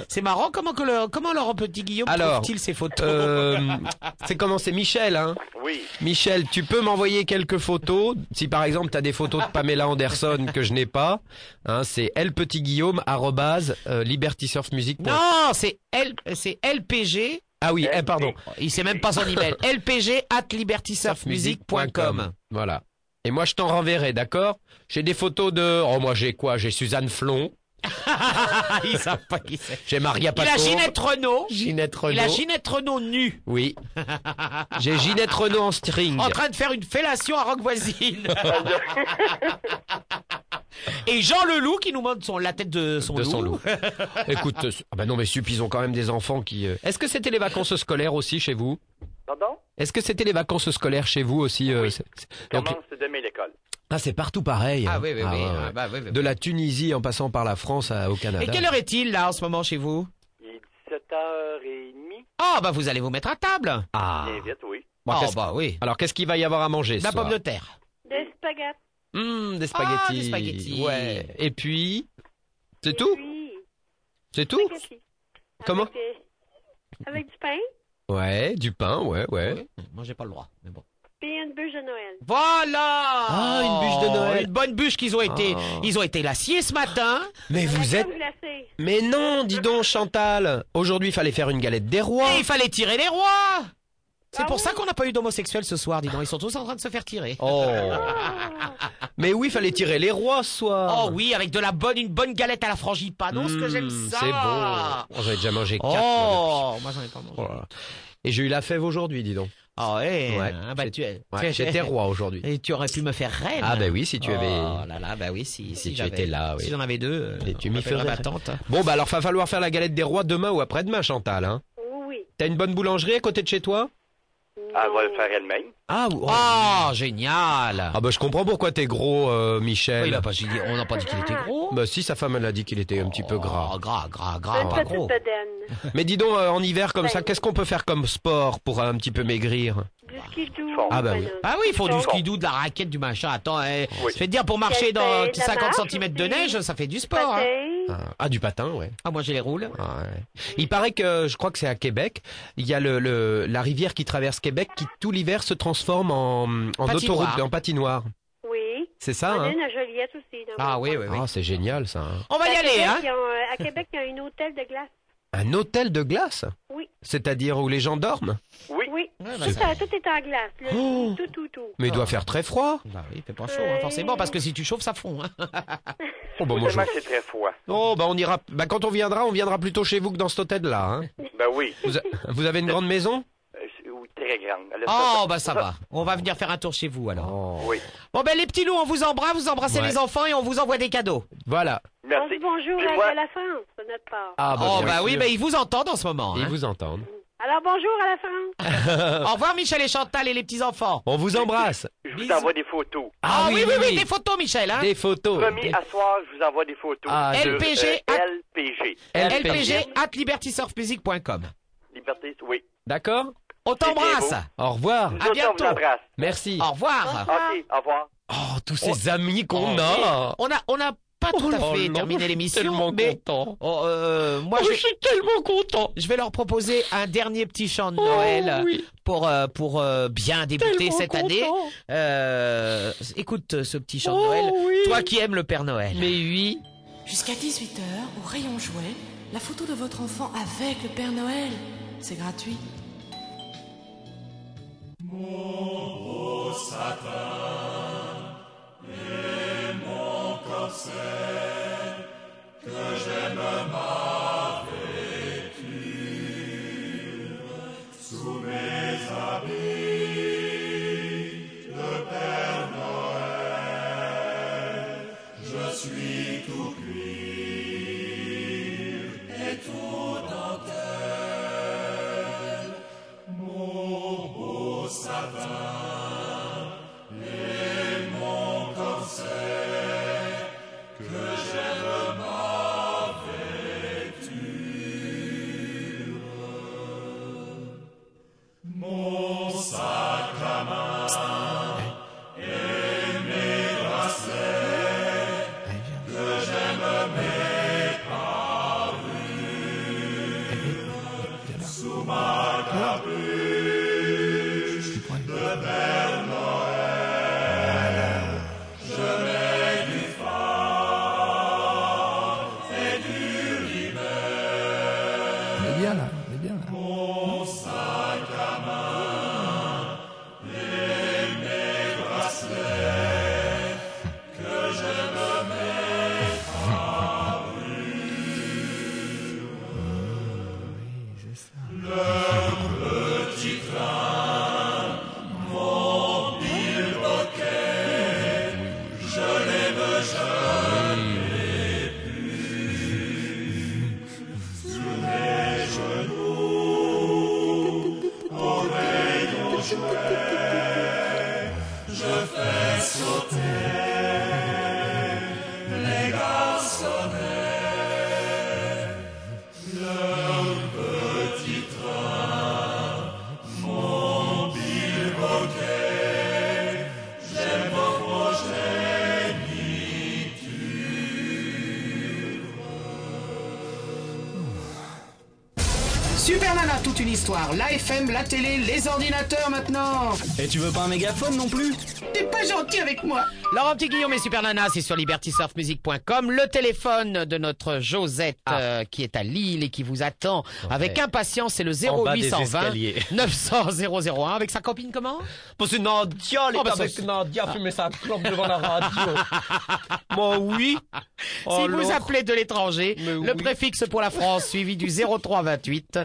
Speaker 3: C'est marrant, comment, que le, comment Laurent Petit Guillaume
Speaker 2: Alors,
Speaker 3: trouve-t-il ses photos
Speaker 2: Euh, c'est comment c'est Michel, hein
Speaker 7: Oui.
Speaker 2: Michel, tu peux m'envoyer quelques photos. Si par exemple tu as des photos de Pamela Anderson que je n'ai pas, hein, c'est lpetitguillaume arrobase, euh, libertysurfmusic.
Speaker 3: Non, c'est L, c'est LPG,
Speaker 2: Ah oui, eh, pardon.
Speaker 3: il sait même pas son email, LPG at libertysurfmusic.com.
Speaker 2: Voilà. Et moi je t'en renverrai, d'accord J'ai des photos de... Oh moi j'ai quoi J'ai Suzanne Flon,
Speaker 3: Ah, ils savent pas qui c'est.
Speaker 2: j'ai Maria
Speaker 3: Il
Speaker 2: Pato.
Speaker 3: a Ginette Renault,
Speaker 2: Ginette Renaud.
Speaker 3: il a Ginette Renault nue,
Speaker 2: Oui. j'ai Ginette Renaud en string.
Speaker 3: en train de faire une fellation à Rock Voisine. Et Jean Leloup qui nous montre son, la tête de son
Speaker 2: de
Speaker 3: loup.
Speaker 2: son loup. Écoute, euh, ah bah non mais sup, ils ont quand même des enfants qui. euh, Est-ce que c'était les vacances scolaires aussi chez vous
Speaker 7: Pardon?
Speaker 2: Est-ce que c'était les vacances scolaires chez vous aussi euh, c'est- c'est- donc-
Speaker 7: Commence demain l'école.
Speaker 2: Ah c'est partout pareil.
Speaker 3: Ah
Speaker 2: hein.
Speaker 3: oui, oui, oui.
Speaker 2: ouais,
Speaker 3: ah,
Speaker 2: ouais.
Speaker 3: bah, oui, oui, oui.
Speaker 2: De la Tunisie en passant par la France à- au Canada.
Speaker 3: Et quelle heure est-il là en ce moment chez vous
Speaker 7: Il est 17h30.
Speaker 3: Ah bah vous allez vous mettre à table.
Speaker 2: Ah.
Speaker 7: Bien vite, oui.
Speaker 2: Bon,
Speaker 3: Ah
Speaker 2: qu'est-ce-
Speaker 3: bah oui.
Speaker 2: Alors qu'est-ce qu'il va y avoir à manger
Speaker 3: De
Speaker 2: ce
Speaker 3: La
Speaker 2: soir
Speaker 3: pomme de terre.
Speaker 8: Des spaghettis.
Speaker 2: Hum, des spaghettis.
Speaker 3: Ah, des spaghettis.
Speaker 2: Ouais. Et puis c'est
Speaker 8: Et
Speaker 2: tout
Speaker 8: puis,
Speaker 2: C'est tout
Speaker 8: spaghettis.
Speaker 2: Comment
Speaker 8: Avec, des- avec du pain,
Speaker 2: Ouais, du pain, ouais, ouais.
Speaker 3: Moi j'ai pas le droit, mais bon.
Speaker 8: puis une bûche de Noël.
Speaker 3: Voilà
Speaker 2: Ah, une bûche de Noël.
Speaker 3: Une bonne bûche qu'ils ont été.
Speaker 2: Ah.
Speaker 3: Ils ont été l'acier ce matin.
Speaker 2: Mais
Speaker 8: Avec
Speaker 2: vous êtes
Speaker 8: crème glacée.
Speaker 2: Mais non, dis donc Chantal, aujourd'hui il fallait faire une galette des rois.
Speaker 3: Et il fallait tirer les rois C'est
Speaker 8: Ah
Speaker 3: pour
Speaker 8: oui.
Speaker 3: ça qu'on n'a pas eu d'homosexuels ce soir, dis donc. Ils sont tous en train de se faire tirer. Oh,
Speaker 2: Oh.
Speaker 3: ah,
Speaker 2: Mais oui, fallait tirer les rois ce soir.
Speaker 3: Oh, oui, avec de la bonne, une bonne galette à la frangipane. Oh, ce que
Speaker 2: Mmh,
Speaker 3: j'aime ça
Speaker 2: C'est bon. Oh, J'avais déjà mangé quatre. moi,
Speaker 3: Oh, moi j'en ai pas
Speaker 2: depuis.
Speaker 3: mangé.
Speaker 2: Oh là là. Et j'ai eu la fève aujourd'hui, dis donc.
Speaker 3: Ah ouais,
Speaker 2: Oh, Ouais.
Speaker 3: hein, bah, tu es- tu
Speaker 2: Ouais,
Speaker 3: es-
Speaker 2: J'étais roi aujourd'hui.
Speaker 3: Et tu aurais pu me faire reine.
Speaker 2: Ah bah oui, si tu
Speaker 3: Oh
Speaker 2: avais...
Speaker 3: là là, bah oui, si, si,
Speaker 2: tu
Speaker 3: j'avais-
Speaker 2: étais là, oui.
Speaker 3: Si j'en avais deux,
Speaker 2: Et
Speaker 3: euh,
Speaker 2: tu
Speaker 3: on
Speaker 2: m'y
Speaker 3: m'appellerait
Speaker 2: ferais.
Speaker 3: ma tante.
Speaker 2: Bon, bah alors, va falloir faire la galette des rois demain ou après-demain, Chantal. Hein.
Speaker 8: Oh, Oui,
Speaker 2: T'as une bonne boulangerie à côté de chez toi
Speaker 8: oui.
Speaker 7: Elle va le faire elle-même.
Speaker 2: Ah, ou-
Speaker 3: Ah, génial.
Speaker 2: ah bah je comprends pourquoi t'es gros, euh, Michel.
Speaker 3: Il a bah, pas dit- on n'a pas dit qu'il était gros.
Speaker 2: Bah si, sa femme elle a dit qu'il était un petit peu gras.
Speaker 3: Oh, gras, gras, gras,
Speaker 8: Une
Speaker 3: pas
Speaker 8: petite
Speaker 3: gros.
Speaker 8: bedaine.
Speaker 2: Mais dis donc, euh, en hiver comme ça, qu'est-ce qu'on peut faire comme sport pour euh, un petit peu maigrir
Speaker 8: Du euh, skidoo.
Speaker 7: Fort.
Speaker 2: Ah, bah oui.
Speaker 8: madame.
Speaker 3: Ah oui, ils font du
Speaker 7: Bon.
Speaker 3: skidoo, de la raquette, du machin. Attends, eh,
Speaker 7: Oui.
Speaker 3: je vais te dire, pour marcher
Speaker 8: Qu'elle
Speaker 3: dans
Speaker 8: fait de la
Speaker 3: 50
Speaker 8: marche
Speaker 3: cm de
Speaker 8: aussi.
Speaker 3: neige, ça fait du sport. hein.
Speaker 8: Patin.
Speaker 2: ah, ah, du patin, ouais.
Speaker 3: Ah, moi, j'ai les roules.
Speaker 2: Ah, ouais. Il paraît que, je crois que c'est à Québec, il y a le, le- la rivière qui traverse Québec qui tout l'hiver se transforme en, en
Speaker 3: Patinoire.
Speaker 2: autoroute, en patinoire.
Speaker 8: Oui.
Speaker 2: C'est ça,
Speaker 8: On a
Speaker 2: hein
Speaker 8: une à Joliette aussi. dans
Speaker 3: Ah
Speaker 8: mon
Speaker 3: oui,
Speaker 8: coin.
Speaker 3: oui, oui.
Speaker 2: Ah, c'est génial ça. hein.
Speaker 3: On va y
Speaker 8: à
Speaker 3: aller,
Speaker 8: Québec,
Speaker 3: hein.
Speaker 8: ils ont, euh, à Québec, il y a un hôtel de glace.
Speaker 2: Un hôtel de glace
Speaker 8: Oui.
Speaker 2: C'est-à-dire où les gens dorment
Speaker 7: Oui.
Speaker 8: Oui.
Speaker 3: Ouais, bah,
Speaker 8: Tout,
Speaker 3: ça-
Speaker 8: a- tout est en glace. là.
Speaker 2: Oh.
Speaker 8: Tout, tout, tout.
Speaker 2: Mais il doit
Speaker 3: Ah.
Speaker 2: faire très froid.
Speaker 3: Bah oui, il fait pas chaud, hein, forcément, parce que si tu chauffes, ça fond. Hein.
Speaker 2: Oh, bah, moi, je-
Speaker 7: Évidemment, c'est très froid.
Speaker 2: Oh, bah, on ira. Bah, quand on viendra, on viendra plutôt chez vous que dans cet hôtel-là. hein.
Speaker 7: Ben oui.
Speaker 2: Vous, a- vous avez une grande maison
Speaker 7: Euh, c'est- oui, très grande. Elle a
Speaker 3: Oh,
Speaker 2: Ah, ben,
Speaker 7: 60
Speaker 3: bah ça va. On va venir faire un tour chez vous, alors.
Speaker 7: Oui.
Speaker 3: Bon, ben les petits loups, on vous embrasse, vous embrassez
Speaker 2: Oh. Ouais.
Speaker 3: les enfants et on vous envoie des cadeaux.
Speaker 2: Voilà.
Speaker 8: On
Speaker 7: Merci.
Speaker 8: dit bonjour
Speaker 7: Puis
Speaker 8: à,
Speaker 7: moi-
Speaker 8: à la France, de notre part.
Speaker 2: Ah,
Speaker 3: oh,
Speaker 2: bien
Speaker 3: bah
Speaker 2: sûr.
Speaker 3: oui, ben ils vous entendent en ce moment.
Speaker 2: Ils
Speaker 3: hein.
Speaker 2: vous entendent.
Speaker 8: Alors, bonjour à la France.
Speaker 3: Au revoir, Michel et Chantal et les petits-enfants.
Speaker 2: On vous embrasse.
Speaker 7: Je vous
Speaker 3: Bisous.
Speaker 7: envoie des photos.
Speaker 3: Ah, oui, oui, oui, des photos, Michel. Hein.
Speaker 2: Des photos.
Speaker 7: Promis, à soir, je vous envoie des photos.
Speaker 2: Ah,
Speaker 7: sur,
Speaker 3: LPG,
Speaker 7: euh,
Speaker 3: à-
Speaker 7: LPG.
Speaker 3: LPG at libertysurfmusic.com.
Speaker 7: Liberté, oui.
Speaker 2: D'accord
Speaker 3: On t'embrasse.
Speaker 7: beau.
Speaker 2: Au revoir.
Speaker 7: Nous
Speaker 3: À
Speaker 7: autres, on
Speaker 3: bientôt.
Speaker 7: vous embrasse.
Speaker 2: Merci.
Speaker 3: Au revoir.
Speaker 2: Ah.
Speaker 7: OK, au revoir.
Speaker 2: Oh, tous ces amis qu'on
Speaker 3: Ah. Oh,
Speaker 2: a.
Speaker 3: On a, on a pas tout
Speaker 2: Oh
Speaker 3: à fait terminé l'émission, mais
Speaker 2: content.
Speaker 3: Oh, euh, moi
Speaker 2: Oh,
Speaker 3: je,
Speaker 2: je suis tellement content.
Speaker 3: je vais leur proposer un dernier petit chant de Noël
Speaker 2: Oh, oui,
Speaker 3: pour euh, pour euh, bien débuter
Speaker 2: tellement
Speaker 3: cette
Speaker 2: content.
Speaker 3: année. Euh, écoute euh, ce petit chant de
Speaker 2: Oh,
Speaker 3: Noël.
Speaker 2: oui.
Speaker 3: Toi qui aimes le Père Noël.
Speaker 2: Mais oui.
Speaker 9: Jusqu'à 18h, au rayon jouet, la photo de votre enfant avec le Père Noël. C'est gratuit.
Speaker 6: Super Nana, toute une histoire. La FM, la télé, les ordinateurs maintenant.
Speaker 4: Et tu veux pas un mégaphone non plus
Speaker 6: T'es pas gentil avec moi.
Speaker 3: Laurent Petit Guillaume et Super Nana, c'est sur libertysurfmusic.com. Le téléphone de notre Josette
Speaker 2: Ah.
Speaker 3: euh, qui est à Lille et qui vous attend avec impatience, c'est le
Speaker 2: En bas des
Speaker 3: 0820
Speaker 2: escaliers.
Speaker 3: 900 001 avec sa copine comment
Speaker 2: Parce que Nadia, elle
Speaker 3: Oh,
Speaker 2: est
Speaker 3: bah,
Speaker 2: avec
Speaker 3: ça-
Speaker 2: Nadia, fumer sa clope devant la radio. Moi, oui. Oh,
Speaker 3: Si vous
Speaker 2: l'autre.
Speaker 3: appelez de l'étranger,
Speaker 2: Mais
Speaker 3: le
Speaker 2: oui.
Speaker 3: préfixe pour la France suivi du 0328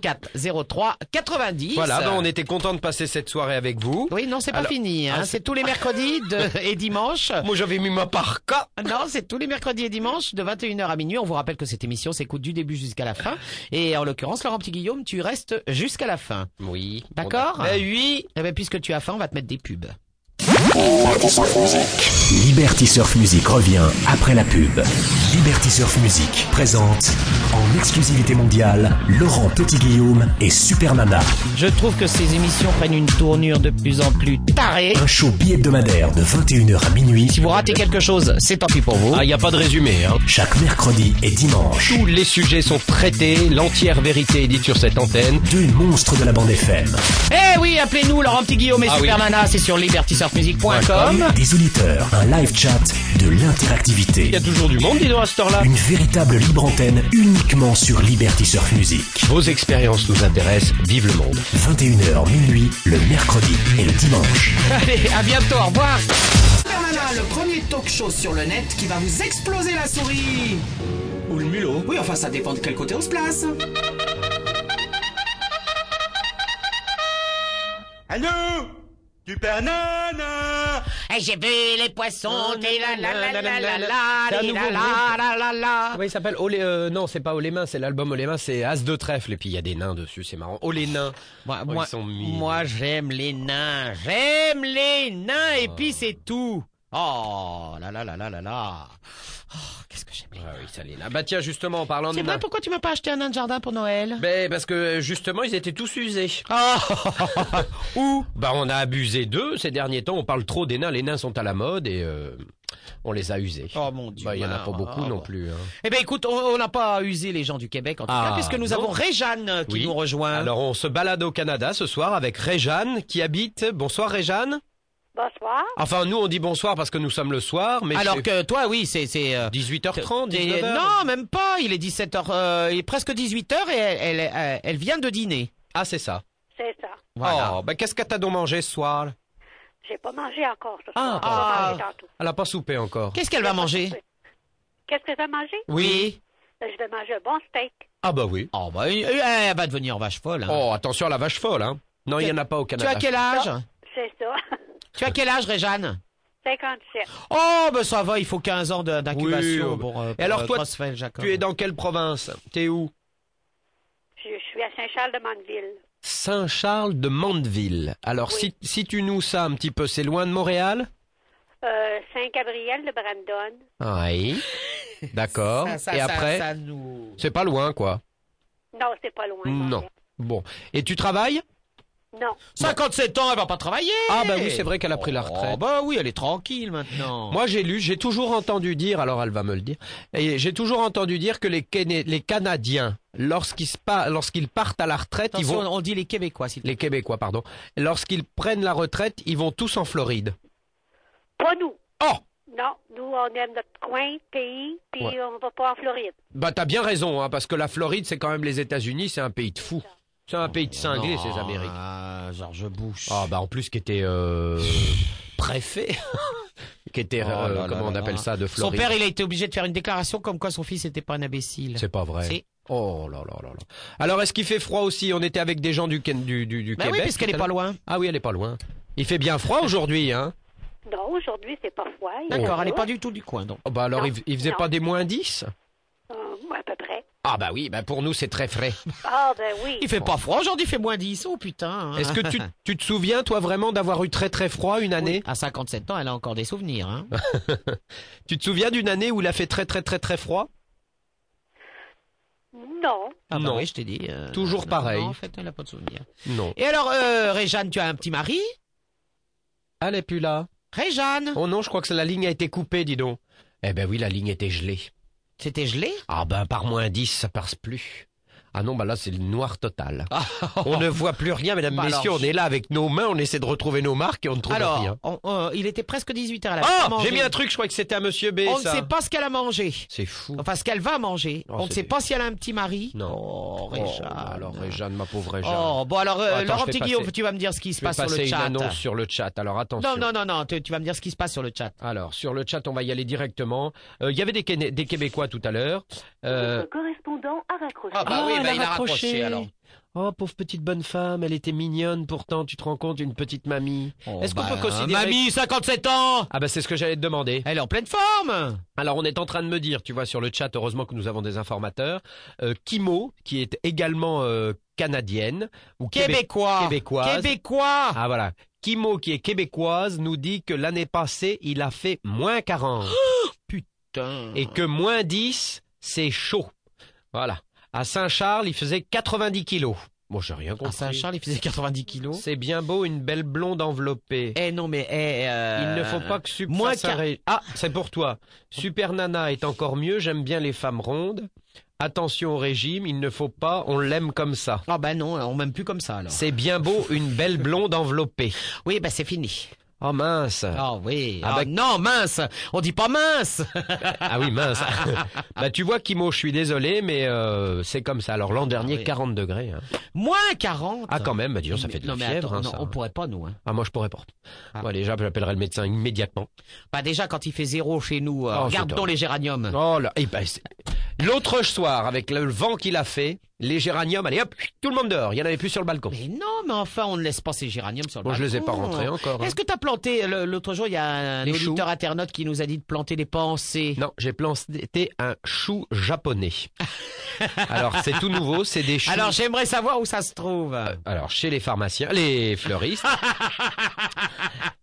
Speaker 3: 04 03 90.
Speaker 2: Voilà, ben, on était content de passer cette soirée avec vous.
Speaker 3: Oui, non, c'est pas
Speaker 2: Alors-
Speaker 3: fini. hein.
Speaker 2: Ah,
Speaker 3: c'est tous les mercredis de- et dimanches.
Speaker 2: Moi, j'avais mis ma parka.
Speaker 3: Non, c'est tous les mercredis et dimanches de 21h à minuit. On vous rappelle que cette émission s'écoute du début jusqu'à la fin. Et en l'occurrence, Laurent Petit Guillaume, tu restes jusqu'à la fin.
Speaker 2: Oui.
Speaker 3: D'accord
Speaker 2: Ben oui.
Speaker 3: Eh ben, puisque tu as faim, on va te mettre des pubs.
Speaker 10: Liberty Surf Music revient après la pub. Liberty Surf Music présente en exclusivité mondiale Laurent Petit-Guillaume et Super Nana.
Speaker 3: Je trouve que ces émissions prennent une tournure de plus en plus tarée.
Speaker 10: Un show bi-hebdomadaire de 21h à minuit
Speaker 3: Si vous ratez quelque chose, c'est tant pis pour vous.
Speaker 2: Ah, il n'y a pas de résumé. Hein.
Speaker 10: chaque mercredi et dimanche.
Speaker 2: Tous les sujets sont traités, l'entière vérité est dite sur cette antenne.
Speaker 10: Deux monstres de la bande FM.
Speaker 3: Eh oui, appelez-nous Laurent Petit Guillaume et
Speaker 2: Ah
Speaker 3: Super
Speaker 2: oui.
Speaker 3: Nana, c'est sur libertysurfmusic.com.
Speaker 10: Des auditeurs, un live chat, de l'interactivité.
Speaker 2: Il y a toujours du monde, dis donc, à cette heure-là.
Speaker 10: Une véritable libre antenne uniquement sur Liberty Surf Music.
Speaker 2: Vos expériences nous intéressent, vive le monde.
Speaker 10: 21h minuit, le mercredi et le dimanche.
Speaker 3: Allez, à bientôt, au revoir.
Speaker 6: Supermana, le premier talk show sur le net qui va vous exploser la souris
Speaker 4: Ou le mulot.
Speaker 6: Oui, enfin, ça dépend de quel côté on se place
Speaker 5: Allô Du banana
Speaker 3: Et Eh, j'ai vu les poissons, di la la la la la la,
Speaker 2: C'est un
Speaker 3: di la
Speaker 2: nouveau
Speaker 3: la la la la.
Speaker 2: Comment il s'appelle Oh les, euh, non, c'est pas Oh les mains, c'est l'album Oh les mains, c'est As de trèfle et puis il y a des nains dessus, c'est marrant. Oh les nains.
Speaker 3: Moi,
Speaker 2: Oh,
Speaker 3: moi,
Speaker 2: ils sont mignons.
Speaker 3: moi j'aime les nains, j'aime les nains et puis c'est tout. Oh là là là là là là. Oh, qu'est-ce que j'aime les
Speaker 2: Ah
Speaker 3: nains.
Speaker 2: oui, ça les nains. Bah tiens, justement, en parlant de
Speaker 3: C'est
Speaker 2: nains.
Speaker 3: vrai, pourquoi tu m'as pas acheté un nain de jardin pour Noël
Speaker 2: Ben, parce que justement, ils étaient tous usés.
Speaker 3: Oh
Speaker 2: Ou Bah on a abusé d'eux ces derniers temps, on parle trop des nains, les nains sont à la mode et euh, on les a usés.
Speaker 3: Oh, mon Dieu.
Speaker 2: Bah il y en a pas beaucoup
Speaker 3: Ah,
Speaker 2: non
Speaker 3: bah.
Speaker 2: plus. hein.
Speaker 3: Eh ben écoute, on on n'a pas usé les gens du Québec en tout
Speaker 2: Ah,
Speaker 3: cas, puisque nous
Speaker 2: non.
Speaker 3: avons Réjeanne euh, qui
Speaker 2: Oui.
Speaker 3: nous rejoint.
Speaker 2: Alors on se balade au Canada ce soir avec Réjeanne qui habite. Bonsoir Réjeanne.
Speaker 8: Bonsoir.
Speaker 2: Enfin nous on dit bonsoir parce que nous sommes le soir, mais
Speaker 3: Alors
Speaker 2: c'est
Speaker 3: que toi, oui, c'est... c'est euh,
Speaker 2: 18h30,
Speaker 3: t'es-
Speaker 2: 19h.
Speaker 3: non, même pas. Il est 17h, euh, il est presque 18h et elle, elle, euh, elle vient de dîner.
Speaker 2: Ah c'est ça.
Speaker 8: C'est ça.
Speaker 2: Oh, bah qu'est-ce que t'as donc mangé ce soir
Speaker 8: J'ai pas mangé encore ce
Speaker 2: Ah,
Speaker 8: soir.
Speaker 3: ah.
Speaker 8: J'ai mangé tantôt.
Speaker 2: Elle a pas soupé encore.
Speaker 3: Qu'est-ce qu'elle va manger
Speaker 8: Qu'est-ce que je vais manger? Ben, Je vais manger un bon steak.
Speaker 2: Ah bah oui.
Speaker 3: Oh, bah, euh, elle va devenir vache folle. hein.
Speaker 2: Oh attention à la vache folle hein. Non il y en a pas au
Speaker 3: tu
Speaker 2: Canada.
Speaker 3: as quel âge
Speaker 8: C'est ça.
Speaker 3: Tu as quel âge, Réjeanne
Speaker 8: 57.
Speaker 3: Oh, ben ça va, il faut 15 ans de- d'incubation
Speaker 2: Oui,
Speaker 3: pour, euh,
Speaker 2: Et alors
Speaker 3: pour, euh,
Speaker 2: toi,
Speaker 3: Creutzfeldt, Jacob.
Speaker 2: Tu es dans quelle province T'es où
Speaker 8: Je, je suis à Saint-Charles-de-Mandeville.
Speaker 2: Saint-Charles de Mandeville. Alors,
Speaker 8: Oui.
Speaker 2: si, si tu nous ça un petit peu, c'est loin de Montréal
Speaker 8: Euh, Saint-Gabriel-de-Brandon.
Speaker 2: Oui. D'accord.
Speaker 3: Ah, Ça, ça,
Speaker 2: Et
Speaker 3: ça,
Speaker 2: après,
Speaker 3: ça nous-
Speaker 2: c'est pas loin, quoi.
Speaker 8: Non, c'est pas loin.
Speaker 2: Non. Bon. Et tu travailles
Speaker 3: 57 ans, elle va pas travailler.
Speaker 2: Ah, bah oui, c'est vrai qu'elle a pris la
Speaker 3: Oh,
Speaker 2: retraite.
Speaker 3: bah oui, elle est tranquille maintenant.
Speaker 2: Moi, j'ai lu, j'ai toujours entendu dire, alors elle va me le dire, et j'ai toujours entendu dire que les, Quéné- les Canadiens, lorsqu'ils se pa- lorsqu'ils partent à la retraite, ils
Speaker 3: Attention,
Speaker 2: vont...
Speaker 3: on dit les Québécois, s'il te plaît.
Speaker 2: Les Québécois, pardon. Lorsqu'ils prennent la retraite, ils vont tous en Floride.
Speaker 8: Pas nous.
Speaker 2: Oh
Speaker 8: Non, nous, on aime notre coin, pays, puis
Speaker 2: Ouais.
Speaker 8: on va pas en Floride.
Speaker 2: Bah t'as bien raison, hein, parce que la Floride, c'est quand même les États-Unis, c'est un pays de fous. C'est un pays de cinglés, ces Amériques.
Speaker 3: Ah, George Bush.
Speaker 2: Ah bah en plus qui était euh, préfet, qui était
Speaker 3: Oh
Speaker 2: euh,
Speaker 3: là là
Speaker 2: comment on
Speaker 3: là
Speaker 2: appelle
Speaker 3: là.
Speaker 2: ça de
Speaker 3: Son
Speaker 2: Floride.
Speaker 3: père, il a été obligé de faire une déclaration comme quoi son fils n'était pas un imbécile.
Speaker 2: C'est pas vrai.
Speaker 3: Si.
Speaker 2: Oh là là là là. Alors est-ce qu'il fait froid aussi On était avec des gens du Ken- du du, du
Speaker 3: Bah oui,
Speaker 2: Québec.
Speaker 3: puisqu'elle
Speaker 2: tout
Speaker 3: est
Speaker 2: à
Speaker 3: pas
Speaker 2: l'heure.
Speaker 3: loin.
Speaker 2: Ah oui, elle est pas loin. Il fait bien froid aujourd'hui, hein
Speaker 8: Non, aujourd'hui, c'est pas froid. Il
Speaker 3: D'accord,
Speaker 8: fait
Speaker 3: elle est
Speaker 8: beau.
Speaker 3: pas du tout du coin, donc.
Speaker 2: oh, Bah alors
Speaker 8: Non.
Speaker 2: il, il faisait
Speaker 8: Non.
Speaker 2: pas des moins 10
Speaker 8: Euh, à peu près.
Speaker 2: Ah bah oui, bah pour nous c'est très frais.
Speaker 8: Ah, ben oui.
Speaker 3: Il fait pas froid aujourd'hui, il fait moins 10. Oh putain. hein.
Speaker 2: Est-ce que tu, tu te souviens toi vraiment d'avoir eu très très froid une année Euh,
Speaker 3: Oui, À 57 ans, elle a encore des souvenirs. Hein.
Speaker 2: Tu te souviens d'une année où il a fait très très très très froid
Speaker 8: Non.
Speaker 3: Ah bah
Speaker 2: Non.
Speaker 3: oui, je t'ai dit. euh,
Speaker 2: Toujours
Speaker 3: non,
Speaker 2: pareil.
Speaker 3: non, en fait, elle a pas de souvenirs.
Speaker 2: Non.
Speaker 3: Et alors, euh, Réjeanne, tu as un petit mari
Speaker 2: Elle est plus là.
Speaker 3: Réjeanne
Speaker 2: Oh non, je crois que la ligne a été coupée, dis donc. Eh ben oui, la ligne était gelée.
Speaker 3: C'était gelé
Speaker 2: Ah ben par moins 10, ça passe plus. Ah non, bah là c'est le noir total.
Speaker 3: Ah, oh,
Speaker 2: on ne voit plus rien, mesdames,
Speaker 3: Bah alors,
Speaker 2: messieurs, on
Speaker 3: je-
Speaker 2: est là avec nos mains, on essaie de retrouver nos marques et on ne trouve
Speaker 3: Alors,
Speaker 2: rien.
Speaker 3: on- on- il était presque 18h à la
Speaker 2: hein. Ah,
Speaker 3: manger.
Speaker 2: j'ai mis un truc, je crois que c'était à Monsieur B,
Speaker 3: On ne
Speaker 2: ça.
Speaker 3: sait pas ce qu'elle a mangé.
Speaker 2: C'est fou.
Speaker 3: Enfin, ce qu'elle va manger.
Speaker 2: Oh,
Speaker 3: on ne
Speaker 2: c'est
Speaker 3: sait
Speaker 2: des-
Speaker 3: pas si elle a un petit mari.
Speaker 2: Non.
Speaker 3: Oh,
Speaker 2: Oh,
Speaker 3: Réjeanne.
Speaker 2: alors Réjeanne, ma pauvre Réjeanne.
Speaker 3: Oh, bon, alors, euh,
Speaker 2: Attends, je
Speaker 3: Laurent
Speaker 2: vais
Speaker 3: Petit Guillaume,
Speaker 2: passer-
Speaker 3: tu vas me dire ce qui se
Speaker 2: je vais
Speaker 3: passe sur
Speaker 2: passer
Speaker 3: le
Speaker 2: une
Speaker 3: chat.
Speaker 2: annonce sur le chat, alors attention.
Speaker 3: Non, non, non, non, tu, tu vas me dire ce qui se passe sur le chat.
Speaker 2: Alors, sur le chat, on va y aller directement. Euh, Il y avait des, Quéné- des Québécois tout à l'heure. Euh,
Speaker 8: correspondant a raccroché.
Speaker 3: Ah bah oui, bah ben, il a
Speaker 2: raccroché.
Speaker 3: raccroché, alors.
Speaker 2: Oh, pauvre petite bonne femme, elle était mignonne pourtant, tu te rends compte, une petite mamie. Est-ce qu'on
Speaker 3: bah,
Speaker 2: peut considérer...
Speaker 3: mamie, 57 ans
Speaker 2: Ah bah c'est ce que j'allais te demander.
Speaker 3: Elle est en pleine forme
Speaker 2: Alors on est en train de me dire, tu vois, sur le chat, heureusement que nous avons des informateurs, euh, Kimo, qui est également euh, canadienne, ou Québé-
Speaker 3: Québécois.
Speaker 2: québécoise.
Speaker 3: Québécois.
Speaker 2: Ah voilà. Kimo, qui est québécoise, nous dit que l'année passée, il a fait moins 40.
Speaker 3: Putain.
Speaker 2: et que moins 10, c'est chaud. Voilà. À Saint-Charles, il faisait 90 kilos. Bon, j'ai rien
Speaker 3: Ah,
Speaker 2: compris.
Speaker 3: Saint-Charles, il faisait 90 kilos.
Speaker 2: C'est bien beau, une belle blonde enveloppée.
Speaker 3: Eh non, mais eh,
Speaker 2: Il
Speaker 3: euh,
Speaker 2: ne faut pas que Sup
Speaker 3: moins
Speaker 2: fasse un
Speaker 3: qu'un-
Speaker 2: ré- Ah, c'est pour toi. Super Nana est encore mieux, j'aime bien les femmes rondes. Attention au régime, il ne faut pas, on l'aime comme ça.
Speaker 3: Ah bah non, on m'aime plus comme ça alors.
Speaker 2: C'est bien beau, une belle blonde enveloppée.
Speaker 3: Oui, bah c'est fini.
Speaker 2: Oh mince.
Speaker 3: Ah oui.
Speaker 2: Ah
Speaker 3: Ah,
Speaker 2: bah-
Speaker 3: non, mince. On dit pas mince.
Speaker 2: Ah oui, mince. bah tu vois, Kimo, je suis désolé, mais euh, c'est comme ça. Alors l'an dernier,
Speaker 3: Ah, oui.
Speaker 2: 40 degrés. hein.
Speaker 3: Moins 40.
Speaker 2: Ah quand même, bah, dis donc, ça fait de
Speaker 3: non,
Speaker 2: la
Speaker 3: mais
Speaker 2: fièvre.
Speaker 3: attends,
Speaker 2: hein,
Speaker 3: non,
Speaker 2: ça.
Speaker 3: on pourrait pas nous. Hein.
Speaker 2: Ah moi je pourrais pas.
Speaker 3: Ah.
Speaker 2: Moi déjà j'appellerai le médecin immédiatement.
Speaker 3: Bah déjà quand il fait zéro chez nous, euh,
Speaker 2: Oh,
Speaker 3: regarde
Speaker 2: c'est
Speaker 3: donc
Speaker 2: horrible.
Speaker 3: les géraniums.
Speaker 2: Oh là, eh ben, c'est- l'autre soir avec le vent qu'il a fait, les géraniums, allez hop, tout le monde dehors. Il y en avait plus sur le balcon.
Speaker 3: Mais non, mais enfin on ne laisse pas ces géraniums sur le
Speaker 2: Bon je les ai pas
Speaker 3: balcon. euh,
Speaker 2: rentrés encore. hein.
Speaker 3: Est-ce que t'as planté le- l'autre jour Il y a un
Speaker 2: Les choux.
Speaker 3: auditeur internaute qui nous a dit de planter des pensées.
Speaker 2: Non, j'ai planté un chou japonais. Alors c'est tout nouveau, c'est des choux. Euh,
Speaker 3: Alors j'aimerais savoir où ça se trouve.
Speaker 2: Alors, chez les pharmaciens, les fleuristes.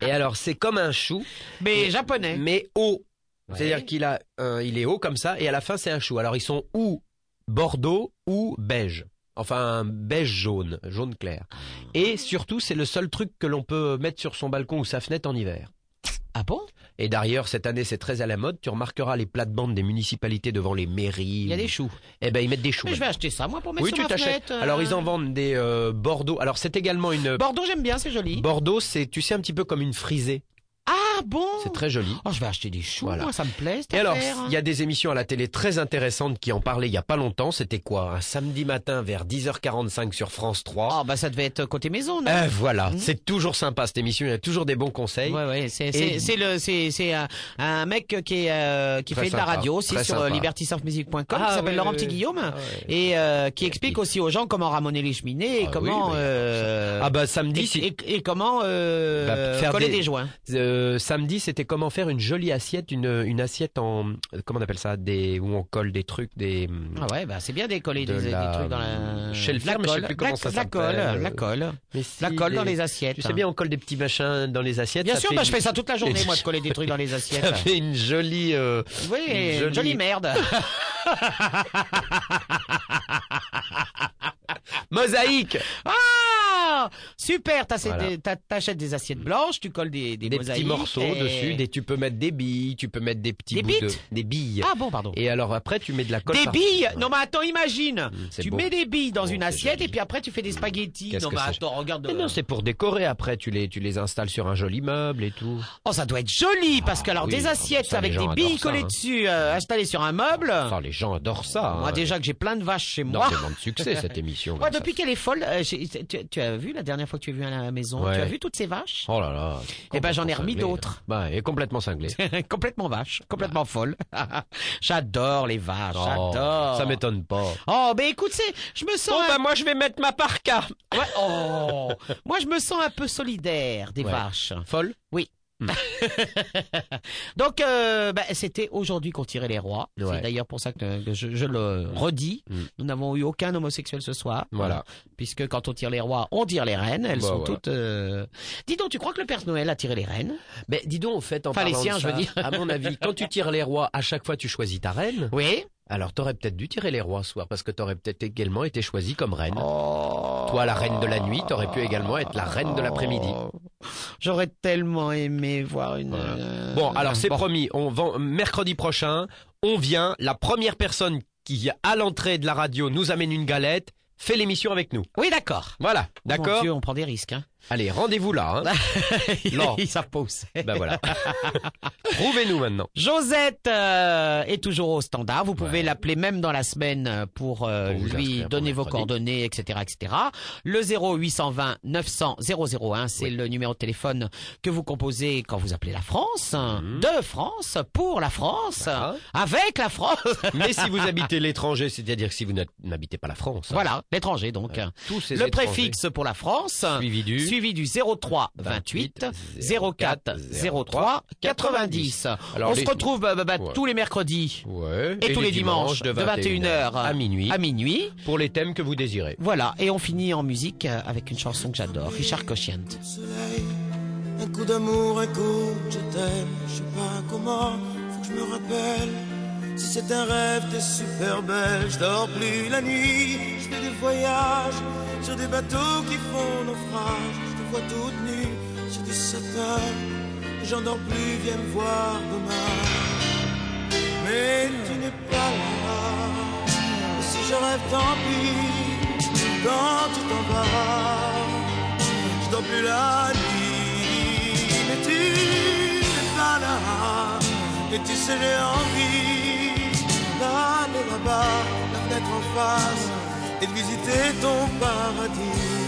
Speaker 2: Et alors c'est comme un chou,
Speaker 3: mais japonais.
Speaker 2: mais haut.
Speaker 3: Ouais.
Speaker 2: Mm. C'est-à-dire qu'il a, un- il est haut comme ça, et à la fin c'est un chou. Alors ils sont ou bordeaux ou beige. Enfin beige jaune, jaune clair.
Speaker 3: Ah.
Speaker 2: Et surtout c'est le seul truc que l'on peut mettre sur son balcon ou sa fenêtre en hiver.
Speaker 3: Ah bon
Speaker 2: Et d'ailleurs cette année c'est très à la mode. Tu remarqueras les plates-bandes des municipalités devant les mairies.
Speaker 3: Il y a des choux.
Speaker 2: Eh ben ils mettent des choux.
Speaker 3: Mais je vais acheter ça moi pour mettre
Speaker 2: oui
Speaker 3: sur
Speaker 2: tu
Speaker 3: ma
Speaker 2: t'achètes.
Speaker 3: fenêtre, euh.
Speaker 2: Alors ils en vendent des euh, bordeaux. Alors c'est également une
Speaker 3: Bordeaux j'aime bien, c'est joli.
Speaker 2: bordeaux c'est tu sais un petit peu comme une frisée.
Speaker 3: Ah bon
Speaker 2: C'est très joli.
Speaker 3: Oh, je vais acheter des choux,
Speaker 2: Voilà.
Speaker 3: moi, ça me plaît. cette
Speaker 2: Et alors,
Speaker 3: affaire.
Speaker 2: il y a des émissions à la télé très intéressantes qui en parlaient il y a pas longtemps. C'était quoi Un samedi matin vers 10h45 sur France 3.
Speaker 3: Ah, bah ça devait être côté maison, non
Speaker 2: Eh, voilà,
Speaker 3: Mhm.
Speaker 2: c'est toujours sympa cette émission. Il y a toujours des bons conseils.
Speaker 3: Ouais, ouais, c'est
Speaker 2: Et-
Speaker 3: c'est- c'est le c'est c'est un, un mec qui est euh, qui
Speaker 2: Très
Speaker 3: fait de
Speaker 2: sympa,
Speaker 3: la radio aussi
Speaker 2: très
Speaker 3: sur
Speaker 2: sympa.
Speaker 3: euh, libertysurfmusic.com
Speaker 2: Ah,
Speaker 3: qui s'appelle
Speaker 2: oui,
Speaker 3: Laurent
Speaker 2: oui,
Speaker 3: Petit
Speaker 2: oui.
Speaker 3: Guillaume
Speaker 2: Ah, ouais.
Speaker 3: et euh, qui
Speaker 2: Et
Speaker 3: explique
Speaker 2: puis-
Speaker 3: aussi aux gens comment ramonner les cheminées et
Speaker 2: Ah
Speaker 3: comment
Speaker 2: oui, bah,
Speaker 3: euh,
Speaker 2: Ah bah samedi,
Speaker 3: et,
Speaker 2: si-
Speaker 3: et- et comment euh,
Speaker 2: Bah, faire
Speaker 3: coller
Speaker 2: des-
Speaker 3: des, joints.
Speaker 2: euh, samedi, c'était comment faire une jolie assiette, une, une assiette en comment on appelle ça, des où on colle des trucs, des hum,
Speaker 3: Ah ouais, bah c'est bien décoller
Speaker 2: De
Speaker 3: des, des
Speaker 2: la-
Speaker 3: trucs dans la
Speaker 2: chez le
Speaker 3: de la
Speaker 2: ferme, mais je sais
Speaker 3: colle,
Speaker 2: plus comment
Speaker 3: de la-
Speaker 2: ça
Speaker 3: de La colle,
Speaker 2: s'appelle.
Speaker 3: la colle,
Speaker 2: mais
Speaker 3: la
Speaker 2: si,
Speaker 3: colle dans
Speaker 2: des-
Speaker 3: les assiettes. hein.
Speaker 2: Tu sais bien, on colle des petits machins dans les assiettes.
Speaker 3: Bien
Speaker 2: ça
Speaker 3: sûr,
Speaker 2: fait
Speaker 3: bah
Speaker 2: une-
Speaker 3: je fais ça toute la journée, moi, de coller des trucs dans les assiettes.
Speaker 2: Ça fait une jolie. euh,
Speaker 3: Oui,
Speaker 2: Une jolie-
Speaker 3: jolie... merde.
Speaker 2: Mosaïque
Speaker 3: Ah Super, t'as- c'est
Speaker 2: Voilà.
Speaker 3: des- t'as- t'achètes des assiettes blanches, tu colles des, des,
Speaker 2: Des petits
Speaker 3: mosaïques
Speaker 2: morceaux
Speaker 3: et-
Speaker 2: dessus, des, tu peux mettre des billes, tu peux mettre des petits
Speaker 3: Des
Speaker 2: bouts de-
Speaker 3: bites
Speaker 2: des billes.
Speaker 3: Ah bon, pardon.
Speaker 2: Et alors après, tu mets de la colle.
Speaker 3: Des
Speaker 2: par-
Speaker 3: billes Non mais attends, imagine
Speaker 2: Mm, c'est
Speaker 3: Tu
Speaker 2: beau.
Speaker 3: mets des billes dans
Speaker 2: Bon,
Speaker 3: une
Speaker 2: c'est
Speaker 3: assiette
Speaker 2: joli.
Speaker 3: et puis après tu fais des spaghettis.
Speaker 2: Qu'est-ce
Speaker 3: Non
Speaker 2: que
Speaker 3: mais
Speaker 2: c'est-
Speaker 3: attends, regarde. euh,
Speaker 2: Mais non, c'est pour décorer. Après, tu les, tu les installes sur un joli meuble et tout.
Speaker 3: Oh ça doit être joli parce
Speaker 2: Ah,
Speaker 3: que alors
Speaker 2: oui,
Speaker 3: des assiettes
Speaker 2: ça, les
Speaker 3: avec
Speaker 2: gens
Speaker 3: des billes
Speaker 2: adorent ça, Oh
Speaker 3: collées
Speaker 2: hein.
Speaker 3: dessus, euh, installées sur un meuble.
Speaker 2: Enfin, les gens adorent ça.
Speaker 3: Ah. moi
Speaker 2: hein.
Speaker 3: déjà que j'ai plein de vaches chez moi.
Speaker 2: Énormément de succès cette émission.
Speaker 3: Moi
Speaker 2: comme ça.
Speaker 3: depuis qu'elle est folle, euh, j'ai- tu, tu as vu la dernière fois que tu es venu à la maison,
Speaker 2: Ouais.
Speaker 3: tu as vu toutes ces vaches
Speaker 2: Oh là là.
Speaker 3: Eh ben, j'en ai remis
Speaker 2: Complètement cinglé,
Speaker 3: d'autres.
Speaker 2: là. Bah, et complètement cinglé.
Speaker 3: complètement vache, complètement folle. j'adore les vaches,
Speaker 2: Ah. Oh,
Speaker 3: Ah, j'adore.
Speaker 2: Ça m'étonne pas.
Speaker 3: Oh, ben écoute, c'est, je me sens. un-
Speaker 2: moi je vais mettre ma parka.
Speaker 3: Ouais, oh, moi je me sens un peu solidaire des
Speaker 2: Ouais.
Speaker 3: vaches.
Speaker 2: Folle. Hmm.
Speaker 3: Donc, euh, ben, c'était aujourd'hui qu'on tirait les rois.
Speaker 2: Ouais.
Speaker 3: C'est d'ailleurs pour ça que, que je, je le redis.
Speaker 2: Mm.
Speaker 3: Nous n'avons eu aucun homosexuel ce soir.
Speaker 2: Voilà.
Speaker 3: Puisque quand on tire les rois, on tire les reines. Elles
Speaker 2: Bah,
Speaker 3: sont
Speaker 2: voilà.
Speaker 3: toutes. euh, Dis donc, tu crois que le Père Noël a tiré les reines
Speaker 2: Mais dis donc, en fait, en
Speaker 3: Enfin, les
Speaker 2: parlant de
Speaker 3: siens, je
Speaker 2: ça,
Speaker 3: veux dire.
Speaker 2: à mon avis, quand tu tires les rois, à chaque fois tu choisis ta reine.
Speaker 3: Oui.
Speaker 2: Alors t'aurais peut-être dû tirer les rois ce soir parce que t'aurais peut-être également été choisie comme reine.
Speaker 3: Oh.
Speaker 2: Toi, la reine de la nuit, t'aurais pu également être la reine de l'après-midi.
Speaker 3: Oh. J'aurais tellement aimé voir une.
Speaker 2: Voilà.
Speaker 3: euh,
Speaker 2: Bon, alors c'est
Speaker 3: bon.
Speaker 2: promis, on vend mercredi prochain, on vient, la première personne qui à l'entrée de la radio nous amène une galette, fait l'émission avec nous.
Speaker 3: Oui, d'accord.
Speaker 2: Voilà,
Speaker 3: Mon
Speaker 2: d'accord
Speaker 3: Dieu, on prend des risques. Hein.
Speaker 2: Allez, rendez-vous là. Hein.
Speaker 3: Ils savent pas où c'est.
Speaker 2: Ben voilà. Trouvez-nous maintenant.
Speaker 3: Josette euh, est toujours au standard. Vous pouvez l'appeler même dans la semaine euh, pour, euh,
Speaker 2: vous
Speaker 3: lui
Speaker 2: inscrire pour
Speaker 3: donner vos
Speaker 2: mercredi.
Speaker 3: coordonnées, etc., etc. Le 0820 900 001, c'est le numéro de téléphone que vous composez quand vous appelez la France,
Speaker 2: Mhm.
Speaker 3: de France, pour la France, avec la France.
Speaker 2: hein. Mais si vous habitez l'étranger, c'est-à-dire que si vous n'êtes- n'habitez pas la France. hein.
Speaker 3: Voilà, l'étranger donc.
Speaker 2: tous ces
Speaker 3: le
Speaker 2: étrangers.
Speaker 3: préfixe pour la France,
Speaker 2: Suivi du-
Speaker 3: suivi du 03 28 04 03 90.
Speaker 2: Alors,
Speaker 3: On
Speaker 2: les-
Speaker 3: se retrouve bah, bah, bah,
Speaker 2: Ouais.
Speaker 3: tous les mercredis
Speaker 2: Ouais.
Speaker 3: et, tous les dimanches,
Speaker 2: de
Speaker 3: de
Speaker 2: 21h
Speaker 3: 21h
Speaker 2: à minuit.
Speaker 3: euh, À minuit.
Speaker 2: Pour les thèmes que vous désirez.
Speaker 3: Voilà, et on finit en musique euh, avec une chanson que j'adore, Richard Cochient.
Speaker 11: soleil. Un coup d'amour, un coup je t'aime. Je sais pas comment, faut que je me rappelle. Si c'est un rêve, t'es super belle. Je dors plus la nuit, je fais des voyages sur des bateaux qui font naufrage. Je te vois toute nue sur du satin. J'en dors plus, viens me voir demain. Mais tu n'es pas là. Et si je rêve, tant pis. Quand tu t'en vas je dors plus la nuit. Mais tu n'es pas là, et tu sais, j'ai envie d'aller là-bas, la fenêtre en face, et de visiter ton paradis.